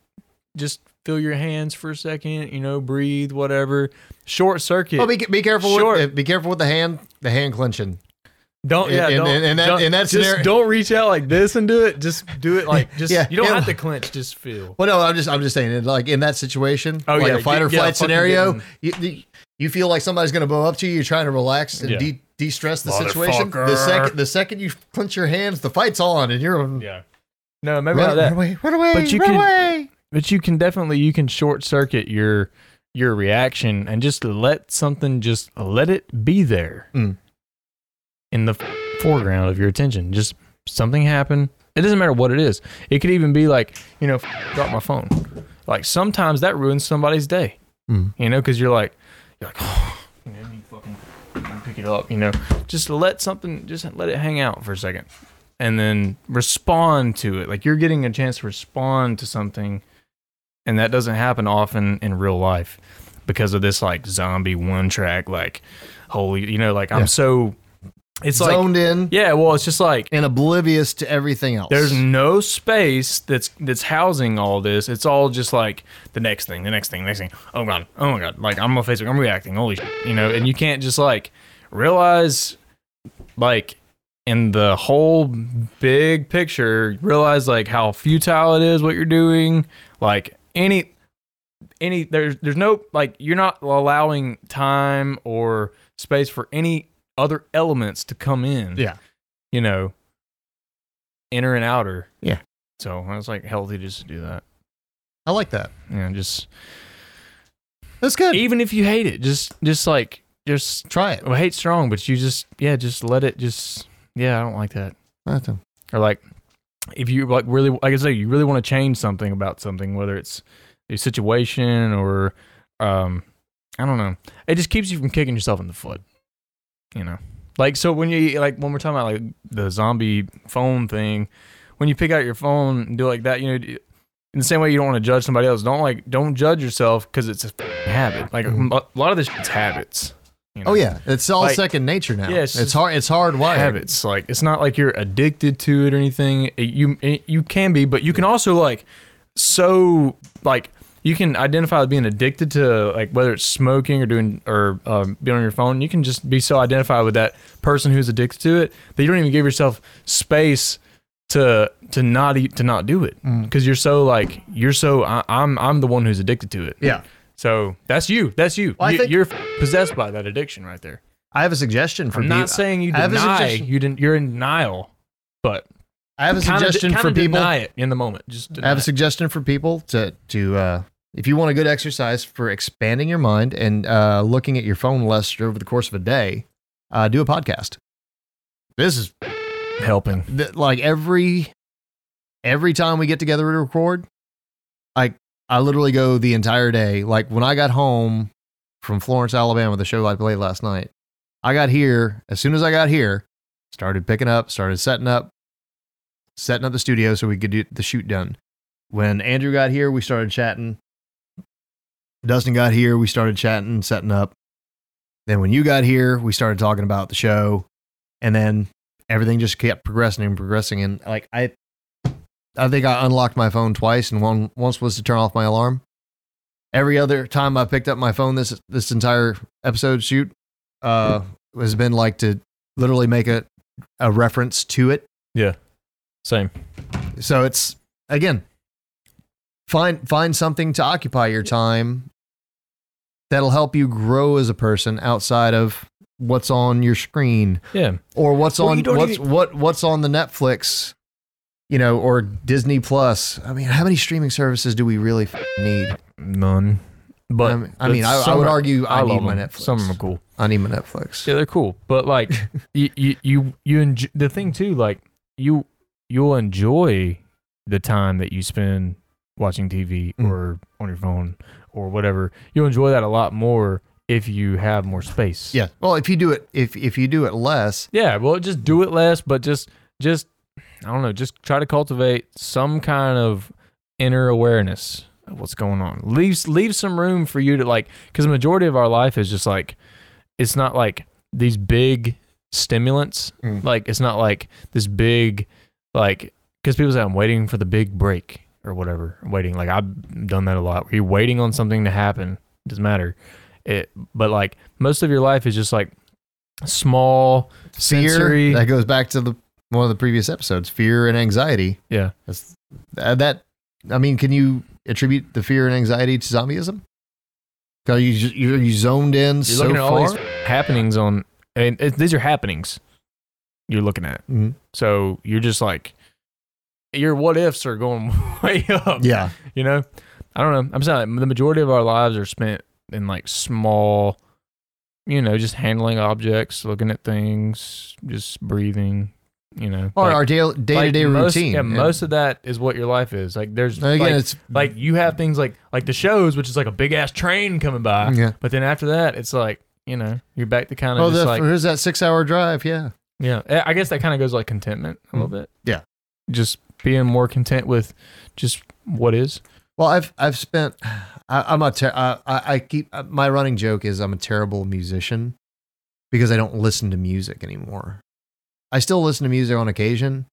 [SPEAKER 2] just feel your hands for a second, you know, breathe, whatever. Short circuit.
[SPEAKER 5] Oh, be, be careful!
[SPEAKER 2] Sure.
[SPEAKER 5] With, uh, be careful with the hand, the hand clenching.
[SPEAKER 2] Don't
[SPEAKER 5] In-
[SPEAKER 2] yeah.
[SPEAKER 5] in-
[SPEAKER 2] don't,
[SPEAKER 5] in- in that-
[SPEAKER 2] don't,
[SPEAKER 5] in that
[SPEAKER 2] just
[SPEAKER 5] scenario-
[SPEAKER 2] don't reach out like this and do it. Just do it like just.
[SPEAKER 5] Yeah,
[SPEAKER 2] you don't
[SPEAKER 5] yeah.
[SPEAKER 2] have to clench. Just feel.
[SPEAKER 5] Well, no, I'm just, I'm just saying, it, like in that situation,
[SPEAKER 2] Oh,
[SPEAKER 5] like
[SPEAKER 2] yeah,
[SPEAKER 5] a fight
[SPEAKER 2] get-
[SPEAKER 5] or
[SPEAKER 2] get a
[SPEAKER 5] flight
[SPEAKER 2] fucking
[SPEAKER 5] scenario,
[SPEAKER 2] good
[SPEAKER 5] you, you- you feel like somebody's going to blow up to you. You're trying to relax and
[SPEAKER 2] Yeah.
[SPEAKER 5] de de stress the situation. The
[SPEAKER 2] Motherfucker.
[SPEAKER 5] second, the second you clench your hands, the fight's on, and you're
[SPEAKER 2] Yeah. No, maybe
[SPEAKER 5] run,
[SPEAKER 2] not
[SPEAKER 5] run
[SPEAKER 2] that.
[SPEAKER 5] away, run away,
[SPEAKER 2] But you
[SPEAKER 5] run
[SPEAKER 2] can-
[SPEAKER 5] away.
[SPEAKER 2] But you can definitely you can short circuit your your reaction and just let something just let it be there
[SPEAKER 5] Mm.
[SPEAKER 2] in the foreground of your attention. Just something happen. It doesn't matter what it is. It could even be like you know, drop my phone. Like sometimes that ruins somebody's day.
[SPEAKER 5] Mm.
[SPEAKER 2] You know, because you're like you're like "Oh, you, know, you fucking you pick it up. You know, just let something just let it hang out for a second. And then respond to it. Like you're getting a chance to respond to something and that doesn't happen often in real life because of this like zombie one track like holy you know like i'm so it's like
[SPEAKER 5] Zoned in
[SPEAKER 2] yeah well it's just like
[SPEAKER 5] and oblivious to everything else.
[SPEAKER 2] there's no space that's that's housing all this it's all just like the next thing the next thing the next thing oh god oh my god like i'm on facebook i'm reacting holy shit, you know and you can't just like realize like in the whole big picture realize like how futile it is what you're doing like any any there's there's no like you're not allowing time or space for any other elements to come in
[SPEAKER 5] Yeah.
[SPEAKER 2] you know inner and outer
[SPEAKER 5] Yeah.
[SPEAKER 2] so it's like healthy just to do that
[SPEAKER 5] I like that.
[SPEAKER 2] you know just
[SPEAKER 5] That's good.
[SPEAKER 2] even if you hate it just just like just
[SPEAKER 5] Try it.
[SPEAKER 2] well, hate strong, but you just yeah, just let it just yeah, I don't like that.
[SPEAKER 5] That's a-
[SPEAKER 2] Or like if you like really like I say, you really want to change something about something, whether it's your situation or um I don't know. It just keeps you from kicking yourself in the foot. You know. Like so when you like when we're talking about like the zombie phone thing, when you pick out your phone and do it like that, you know, d- in the same way you don't want to judge somebody else, don't like don't judge yourself because it's a f***ing habit. Like a m- a lot of this shit's habits. you know?
[SPEAKER 5] Mm-hmm. Oh yeah, it's all
[SPEAKER 2] Like-
[SPEAKER 5] second nature now.
[SPEAKER 2] Yeah, it's
[SPEAKER 5] Yes, it's
[SPEAKER 2] just-
[SPEAKER 5] hard. It's hardwired.
[SPEAKER 2] habits. Like it's not like you're addicted to it or anything. It- you it- you can be, but you can also like so like you can identify with being addicted to like whether it's smoking or doing or um, being on your phone. You can just be so identified with that person who's addicted to it that you don't even give yourself space to to not eat to not do it
[SPEAKER 5] Mm.
[SPEAKER 2] because you're so like you're so I, I'm I'm the one who's addicted to it.
[SPEAKER 5] Yeah.
[SPEAKER 2] So that's you. That's you.
[SPEAKER 5] Well, I
[SPEAKER 2] you
[SPEAKER 5] think-
[SPEAKER 2] you're possessed by that addiction right there.
[SPEAKER 5] I have a suggestion for
[SPEAKER 2] I'm
[SPEAKER 5] people.
[SPEAKER 2] not saying you
[SPEAKER 5] I have a
[SPEAKER 2] deny
[SPEAKER 5] suggestion.
[SPEAKER 2] you didn't. You're in denial, but
[SPEAKER 5] I have a
[SPEAKER 2] kinda-
[SPEAKER 5] suggestion
[SPEAKER 2] kinda
[SPEAKER 5] for people.
[SPEAKER 2] Deny it in the moment. Just deny
[SPEAKER 5] I have a
[SPEAKER 2] it.
[SPEAKER 5] suggestion for people to to uh, if you want a good exercise for expanding your mind and uh, looking at your phone less over the course of a day, uh, do a podcast. This is
[SPEAKER 2] helping.
[SPEAKER 5] th- like every every time we get together to record, like I literally go the entire day. Like when I got home from Florence, Alabama, the show I played last night, I got here as soon as I got here, started picking up, started setting up, setting up the studio so we could get the shoot done. When Andrew got here, we started chatting. Dustin got here, we started chatting, setting up. Then when you got here, we started talking about the show, and then everything just kept progressing and progressing. And like I, I think I unlocked my phone twice, and one once was to turn off my alarm. Every other time I picked up my phone this this entire episode shoot, uh, has been like to literally make a a reference to it.
[SPEAKER 2] Same.
[SPEAKER 5] So it's again, find find something to occupy your time that'll help you grow as a person outside of what's on your screen
[SPEAKER 2] Yeah.
[SPEAKER 5] or what's
[SPEAKER 2] Or
[SPEAKER 5] on
[SPEAKER 2] you don't
[SPEAKER 5] what's
[SPEAKER 2] even-
[SPEAKER 5] what what's on the Netflix, you know, or Disney Plus. I mean, how many streaming services do we really f- need?
[SPEAKER 2] None. But
[SPEAKER 5] I mean, I, mean, I, I would argue I, need
[SPEAKER 2] love
[SPEAKER 5] my
[SPEAKER 2] them.
[SPEAKER 5] Netflix.
[SPEAKER 2] Some of them are cool.
[SPEAKER 5] I need my Netflix.
[SPEAKER 2] Yeah, they're cool. But like you you you, you enjoy, the thing too like you you'll enjoy the time that you spend watching TV
[SPEAKER 5] Mm.
[SPEAKER 2] or on your phone or whatever. You'll enjoy that a lot more if you have more space.
[SPEAKER 5] Yeah. Well, if you do it, if if you do it less,
[SPEAKER 2] Yeah, well, just do it less, but just just I don't know, just try to cultivate some kind of inner awareness of what's going on. Leave leave some room for you to like cuz the majority of our life is just like it's not like these big stimulants.
[SPEAKER 5] Mm.
[SPEAKER 2] Like it's not like this big like cuz people say I'm waiting for the big break or whatever. Waiting like I've done that a lot. Where you're waiting on something to happen. doesn't matter. It but like most of your life is just like small
[SPEAKER 5] fear
[SPEAKER 2] sensory
[SPEAKER 5] that goes back to the one of the previous episodes, fear and anxiety.
[SPEAKER 2] Yeah.
[SPEAKER 5] That's, uh, that I mean, can you attribute the fear and anxiety to zombieism? Are you ju- you're you zoned in
[SPEAKER 2] You're
[SPEAKER 5] so
[SPEAKER 2] looking at
[SPEAKER 5] far?
[SPEAKER 2] all these happenings on, and it, these are happenings you're looking at.
[SPEAKER 5] Mhm.
[SPEAKER 2] So you're just like, your what ifs are going way up.
[SPEAKER 5] yeah.
[SPEAKER 2] You know, I don't know. I'm saying the majority of our lives are spent in like small, you know, just handling objects, looking at things, just breathing, you know.
[SPEAKER 5] Or
[SPEAKER 2] Like-
[SPEAKER 5] our day to day
[SPEAKER 2] like most-
[SPEAKER 5] routine.
[SPEAKER 2] Yeah, most of that is what your life is. Like there's
[SPEAKER 5] And again,
[SPEAKER 2] like,
[SPEAKER 5] it's
[SPEAKER 2] like you have things like like the shows, which is like a big ass train coming by.
[SPEAKER 5] Yeah.
[SPEAKER 2] But then after that, it's like you know you're back to kind of
[SPEAKER 5] oh,
[SPEAKER 2] just
[SPEAKER 5] the,
[SPEAKER 2] like
[SPEAKER 5] there's that six hour drive. Yeah,
[SPEAKER 2] yeah. Eh, I- I guess that kind of goes like contentment a little bit.
[SPEAKER 5] Mm. Yeah.
[SPEAKER 2] Just being more content with just what is.
[SPEAKER 5] Well, I've I've spent. I, I'm a. Ter- I, I I keep uh, my running joke is I'm a terrible musician because I don't listen to music anymore. I still listen to music on occasion,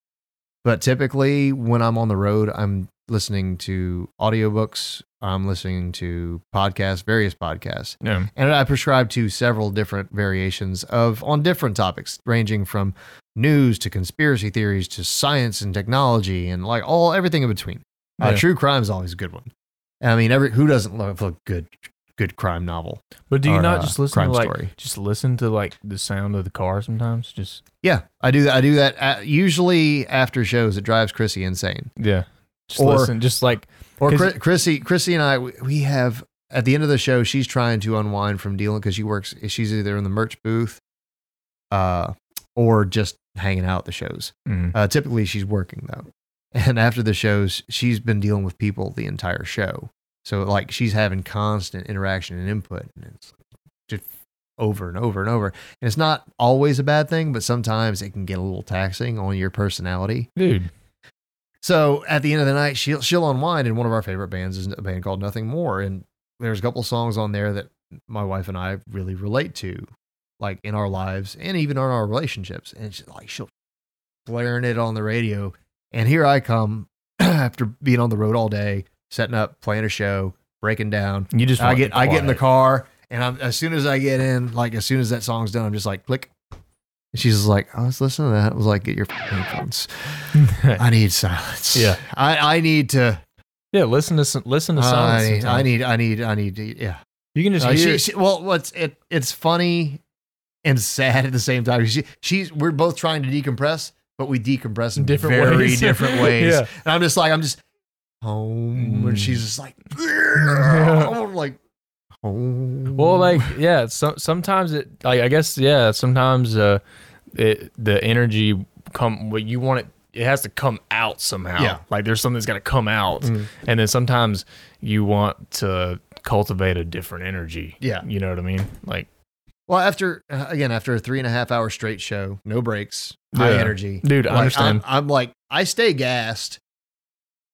[SPEAKER 5] but typically when I'm on the road, I'm listening to audiobooks. I'm listening to podcasts, various podcasts,
[SPEAKER 2] Yeah.
[SPEAKER 5] and I prescribe to several different variations of on different topics, ranging from news to conspiracy theories to science and technology and like all everything in between. Uh,
[SPEAKER 2] Yeah.
[SPEAKER 5] True crime is always a good one. I mean, every who doesn't love a good good crime novel?
[SPEAKER 2] But do you
[SPEAKER 5] Or,
[SPEAKER 2] not
[SPEAKER 5] uh,
[SPEAKER 2] just listen
[SPEAKER 5] crime
[SPEAKER 2] to like
[SPEAKER 5] story.
[SPEAKER 2] just listen to like the sound of the car sometimes? Just
[SPEAKER 5] Yeah, I do that. I do that at, usually after shows. It drives Chrissy insane.
[SPEAKER 2] yeah. Just
[SPEAKER 5] Or-
[SPEAKER 2] listen. Just like
[SPEAKER 5] Or
[SPEAKER 2] 'Cause-
[SPEAKER 5] Chris, Chrissy, Chrissy and I, we- we have at the end of the show, she's trying to unwind from dealing because she works. She's either in the merch booth, uh, or just hanging out at the shows.
[SPEAKER 2] mm,
[SPEAKER 5] Uh, typically, she's working though, and after the shows, she's been dealing with people the entire show. So like, she's having constant interaction and input, and it's just over and over and over. And it's not always a bad thing, but sometimes it can get a little taxing on your personality.
[SPEAKER 2] dude.
[SPEAKER 5] So at the end of the night, she'll she'll unwind, and one of our favorite bands is a band called Nothing More, and there's a couple songs on there that my wife and I really relate to, like in our lives and even in our relationships. And she's like she'll blaring it on the radio, and here I come after being on the road all day, setting up, playing a show, breaking down,
[SPEAKER 2] You just
[SPEAKER 5] I
[SPEAKER 2] want
[SPEAKER 5] get
[SPEAKER 2] it
[SPEAKER 5] I get in the
[SPEAKER 2] quiet.
[SPEAKER 5] car and I'm as soon as I get in, like as soon as that song's done, I'm just like click. And she's just like, I was listening to that. I was like, get your f***ing headphones. I need silence.
[SPEAKER 2] Yeah.
[SPEAKER 5] I, I need to.
[SPEAKER 2] Yeah, listen to some, listen to
[SPEAKER 5] I
[SPEAKER 2] songs.
[SPEAKER 5] need, I
[SPEAKER 2] sometimes.
[SPEAKER 5] need. I need. I need. to- Yeah.
[SPEAKER 2] you can just
[SPEAKER 5] Uh,
[SPEAKER 2] hear
[SPEAKER 5] she, she, well, what's it? It's funny and sad at the same time. She, she's. We're both trying to decompress, but we decompress in
[SPEAKER 2] Different
[SPEAKER 5] very
[SPEAKER 2] ways.
[SPEAKER 5] different ways.
[SPEAKER 2] Yeah.
[SPEAKER 5] And I'm just like, I'm just home,
[SPEAKER 2] Mm.
[SPEAKER 5] and she's just like, I'm like home.
[SPEAKER 2] Well, like yeah, so, sometimes it. Like, I guess yeah, sometimes uh, it, the energy come. What you want it, it has to come out somehow.
[SPEAKER 5] Yeah.
[SPEAKER 2] like there's something that's got to come out,
[SPEAKER 5] Mm.
[SPEAKER 2] and then sometimes you want to cultivate a different energy.
[SPEAKER 5] Yeah.
[SPEAKER 2] you know what I mean. Like
[SPEAKER 5] Well, after uh, again, after a three and a half hour straight show, no breaks, high
[SPEAKER 2] Yeah.
[SPEAKER 5] energy,
[SPEAKER 2] Dude, I
[SPEAKER 5] Like,
[SPEAKER 2] understand.
[SPEAKER 5] I'm, I'm like, I stay gassed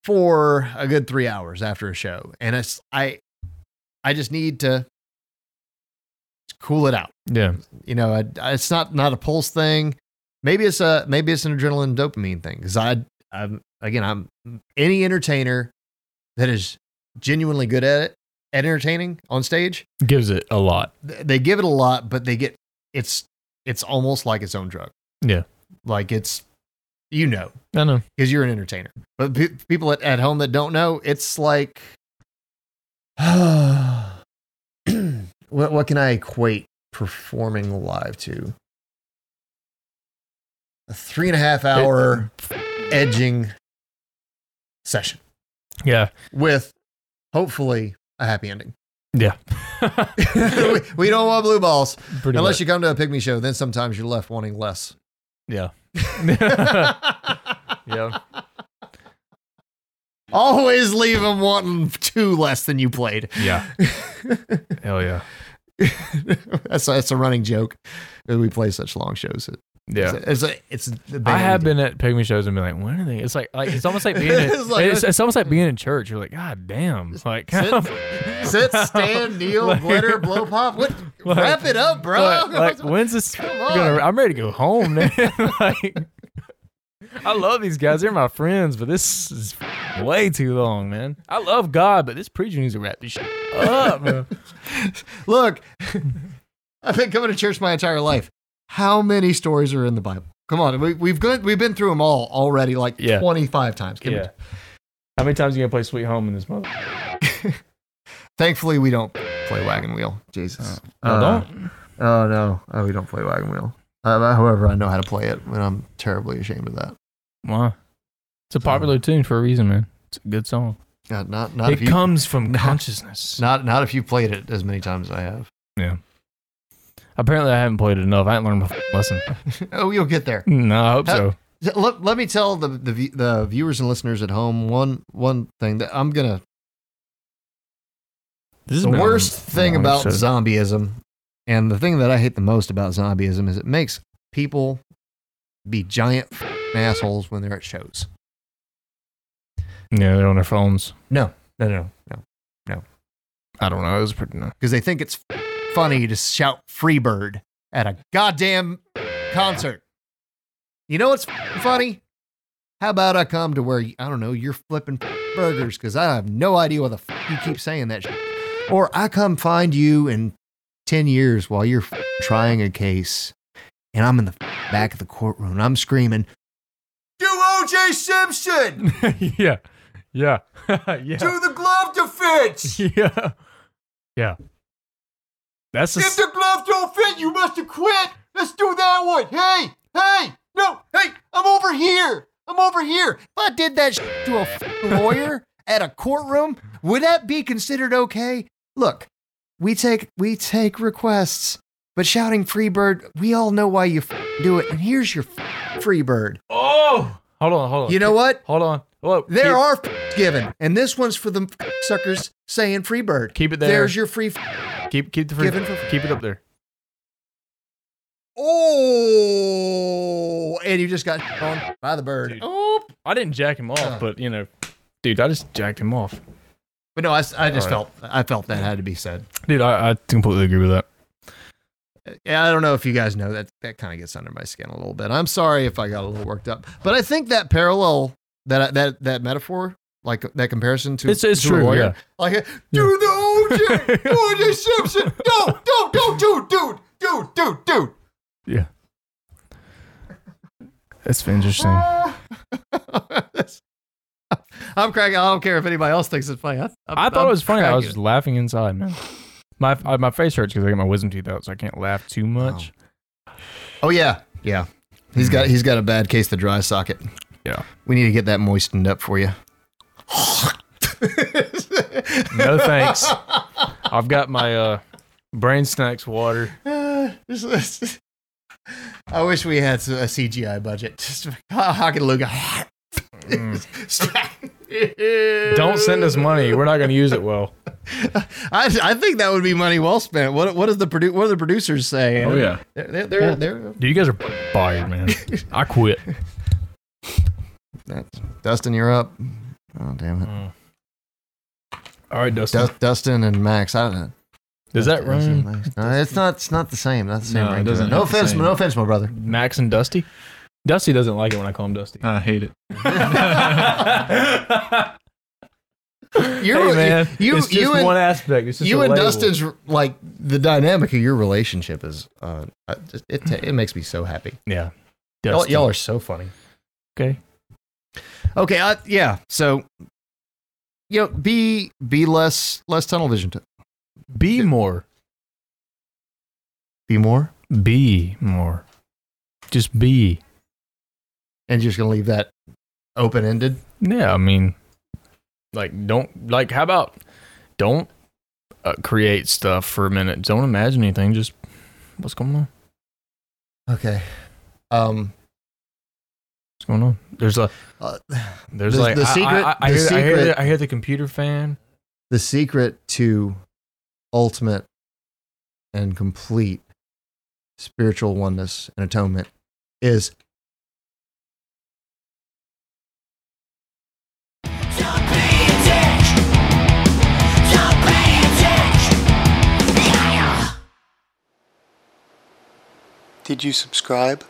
[SPEAKER 5] for a good three hours after a show, and it's I, I just need to cool it out.
[SPEAKER 2] yeah,
[SPEAKER 5] You know, I, I- it's not not a pulse thing. Maybe it's a maybe it's an adrenaline dopamine thing because I, I'm again, I'm any entertainer that is genuinely good at it at entertaining on stage
[SPEAKER 2] gives it a lot.
[SPEAKER 5] th- they give it a lot, but they get it's it's almost like its own drug.
[SPEAKER 2] Yeah.
[SPEAKER 5] like it's you know
[SPEAKER 2] I know.
[SPEAKER 5] because you're an entertainer, but pe- people at, at home that don't know, it's like what what can I equate performing live to. A three and a half hour edging session
[SPEAKER 2] Yeah.
[SPEAKER 5] with hopefully a happy ending.
[SPEAKER 2] Yeah.
[SPEAKER 5] we, we don't want blue balls
[SPEAKER 2] Pretty
[SPEAKER 5] unless
[SPEAKER 2] much.
[SPEAKER 5] you come to a pygmy show. Then sometimes you're left wanting less.
[SPEAKER 2] Yeah. yeah.
[SPEAKER 5] Always leave them wanting two less than you played.
[SPEAKER 2] Yeah. Hell yeah.
[SPEAKER 5] that's that's a running joke. that We play such long shows. It-
[SPEAKER 2] Yeah.
[SPEAKER 5] It's a, it's, a, it's
[SPEAKER 2] I have been at pygmy shows and been like, when are they? It's like, like it's almost like being. In,
[SPEAKER 5] It's
[SPEAKER 2] it's,
[SPEAKER 5] like-
[SPEAKER 2] it's, almost like being in church. You're like, God damn! Like,
[SPEAKER 5] Sit, sit, stand, kneel,
[SPEAKER 2] Like-
[SPEAKER 5] glitter, blow pop. What?
[SPEAKER 2] Like-
[SPEAKER 5] wrap it up, bro.
[SPEAKER 2] like, like, when's this?
[SPEAKER 5] on.
[SPEAKER 2] Gonna, I'm ready to go home, man. like, I love these guys. They're my friends, but this is way too long, man. I love God, but this preacher needs to wrap this shit up. man.
[SPEAKER 5] Look, I've been coming to church my entire life. How many stories are in the Bible? Come on, we, we've good, we've been through them all already, like
[SPEAKER 2] Yeah.
[SPEAKER 5] twenty five times. Can we-
[SPEAKER 2] yeah. How many times are you gonna play Sweet Home in this month?
[SPEAKER 5] thankfully, we don't play wagon wheel. Jesus,
[SPEAKER 2] No,
[SPEAKER 5] Uh,
[SPEAKER 2] don't.
[SPEAKER 5] Oh no, oh, we don't play wagon wheel. Uh, however, I know how to play it, and I'm terribly ashamed of that.
[SPEAKER 2] Wow. It's a popular tune for a reason, man. It's a good song.
[SPEAKER 5] Uh, not not if
[SPEAKER 2] it
[SPEAKER 5] you
[SPEAKER 2] comes from consciousness.
[SPEAKER 5] not not if you played it as many times as I have.
[SPEAKER 2] Apparently, I haven't played it enough. I haven't learned my f- lesson.
[SPEAKER 5] oh, you'll get there.
[SPEAKER 2] No, I hope so.
[SPEAKER 5] Let, let me tell the, the vi- the viewers and listeners at home one one thing that I'm gonna
[SPEAKER 2] This
[SPEAKER 5] the worst thing about zombieism, and the thing that I hate the most about zombieism is it makes people be giant f***ing assholes when they're at shows.
[SPEAKER 2] Yeah, they're on their phones.
[SPEAKER 5] No, no, no,
[SPEAKER 2] I don't know. It was pretty.
[SPEAKER 5] because they think it's f***ing funny to shout "Freebird" at a goddamn concert. You know what's f***ing funny? How about I come to where I don't know you're flipping f***ing burgers because I have no idea why the f- you keep saying that, shit. or I come find you in ten years while you're f***ing trying a case, and I'm in the f***ing back of the courtroom and I'm screaming,
[SPEAKER 1] Do O.J. Simpson.
[SPEAKER 2] yeah, yeah, yeah,
[SPEAKER 1] Do the glove defense.
[SPEAKER 2] yeah, yeah. That's
[SPEAKER 1] If the glove don't fit, you must have quit. Let's do that one. Hey, hey, no, hey, I'm over here. I'm over here.
[SPEAKER 9] If I did that shit to a f- lawyer at a courtroom, would that be considered okay? Look,
[SPEAKER 5] "We take, we take requests." But shouting Freebird, we all know why you f- do it. And here's your f- Freebird.
[SPEAKER 2] oh, hold on, hold on.
[SPEAKER 5] You know what?
[SPEAKER 2] hold on. Whoa, keep,
[SPEAKER 5] There are f- given, and this one's for the f- suckers saying free bird.
[SPEAKER 2] Keep it there.
[SPEAKER 5] There's your free. F-
[SPEAKER 2] keep keep the free,
[SPEAKER 5] given for-
[SPEAKER 2] keep it up there.
[SPEAKER 5] oh, and you just got on by the bird.
[SPEAKER 2] Dude.
[SPEAKER 5] Oh,
[SPEAKER 2] I didn't jack him off, but you know, dude, I just jacked him off.
[SPEAKER 5] but no, I, s- I just
[SPEAKER 2] All
[SPEAKER 5] felt I felt that had to be said.
[SPEAKER 2] Dude, I, I completely agree with that.
[SPEAKER 5] Yeah, I don't know if you guys know that that kind of gets under my skin a little bit. I'm sorry if I got a little worked up, but I think that parallel that that that metaphor, like that comparison to
[SPEAKER 2] It's- it's
[SPEAKER 5] to a
[SPEAKER 2] true,
[SPEAKER 5] lawyer,
[SPEAKER 2] yeah.
[SPEAKER 5] like
[SPEAKER 1] Do the O.J. O.J. Simpson. No, no, no, dude, dude, dude, dude, dude.
[SPEAKER 2] Yeah, that's interesting.
[SPEAKER 5] I'm cracking. I don't care if anybody else thinks it's funny. I,
[SPEAKER 2] I thought it was funny. I was just
[SPEAKER 5] cracking.
[SPEAKER 2] laughing inside, man. My I, my face hurts because I got my wisdom teeth out, so I can't laugh too much.
[SPEAKER 5] Oh yeah, yeah. He's got he's got a bad case of the dry socket.
[SPEAKER 2] Yeah.
[SPEAKER 5] We need to get that moistened up for you.
[SPEAKER 2] No thanks. I've got my uh, brain snacks water.
[SPEAKER 5] Eh, I wish we had s- a CGI budget. Just Hawk and Luca.
[SPEAKER 2] Mm. Don't send us money. We're not going to use it well.
[SPEAKER 5] I, I think that would be money well spent. What what does the produ- what do the producers say?
[SPEAKER 8] Oh yeah.
[SPEAKER 5] They're they're, they're,
[SPEAKER 6] Yeah.
[SPEAKER 5] they're-
[SPEAKER 2] Dude, you guys are fired, man. I quit.
[SPEAKER 5] that's- Dustin, you're up. Oh damn it.
[SPEAKER 2] All right, Dustin.
[SPEAKER 5] Dust, Dustin and Max. I don't
[SPEAKER 2] Does that
[SPEAKER 5] Dustin
[SPEAKER 2] run?
[SPEAKER 5] and Max. No, it's not. It's not the same. Not the same.
[SPEAKER 8] No, it
[SPEAKER 5] ring to
[SPEAKER 8] doesn't
[SPEAKER 5] No
[SPEAKER 8] have the
[SPEAKER 5] offense.
[SPEAKER 8] same-
[SPEAKER 5] No offense, my brother.
[SPEAKER 2] Max and Dusty? Dusty doesn't like it when I call him Dusty.
[SPEAKER 5] Uh,
[SPEAKER 8] I hate it.
[SPEAKER 5] You're,
[SPEAKER 2] hey, man.
[SPEAKER 5] You,
[SPEAKER 2] it's
[SPEAKER 5] you,
[SPEAKER 2] just
[SPEAKER 5] you and,
[SPEAKER 2] one aspect. It's just
[SPEAKER 5] you
[SPEAKER 2] a
[SPEAKER 5] and
[SPEAKER 2] label.
[SPEAKER 5] Dustin's like the dynamic of your relationship is. Uh, uh, just- it ta- it makes me so happy.
[SPEAKER 2] Yeah.
[SPEAKER 5] Y'all,
[SPEAKER 2] Dusty.
[SPEAKER 5] y'all are so funny.
[SPEAKER 2] okay.
[SPEAKER 5] Okay. I, yeah. So, you know, be be less less tunnel vision. To,
[SPEAKER 2] Be more.
[SPEAKER 5] be Be more.
[SPEAKER 2] Be more. Just be.
[SPEAKER 5] And you're just gonna leave that open ended.
[SPEAKER 2] Yeah, I mean, like, don't, like, how about don't uh, create stuff for a minute? Don't imagine anything. Just what's going on?
[SPEAKER 5] Okay. Um.
[SPEAKER 2] What's going on? There's a,
[SPEAKER 5] uh,
[SPEAKER 2] there's
[SPEAKER 5] The-
[SPEAKER 2] like,
[SPEAKER 5] the
[SPEAKER 2] I- I-
[SPEAKER 5] secret-
[SPEAKER 2] I, I,
[SPEAKER 5] the
[SPEAKER 2] hear, I, hear
[SPEAKER 5] secret-
[SPEAKER 2] the, I hear the computer fan.
[SPEAKER 5] the secret to ultimate and complete spiritual oneness and atonement is
[SPEAKER 4] Don't be a dick. Don't be a dick. Yeah.
[SPEAKER 1] Did you subscribe?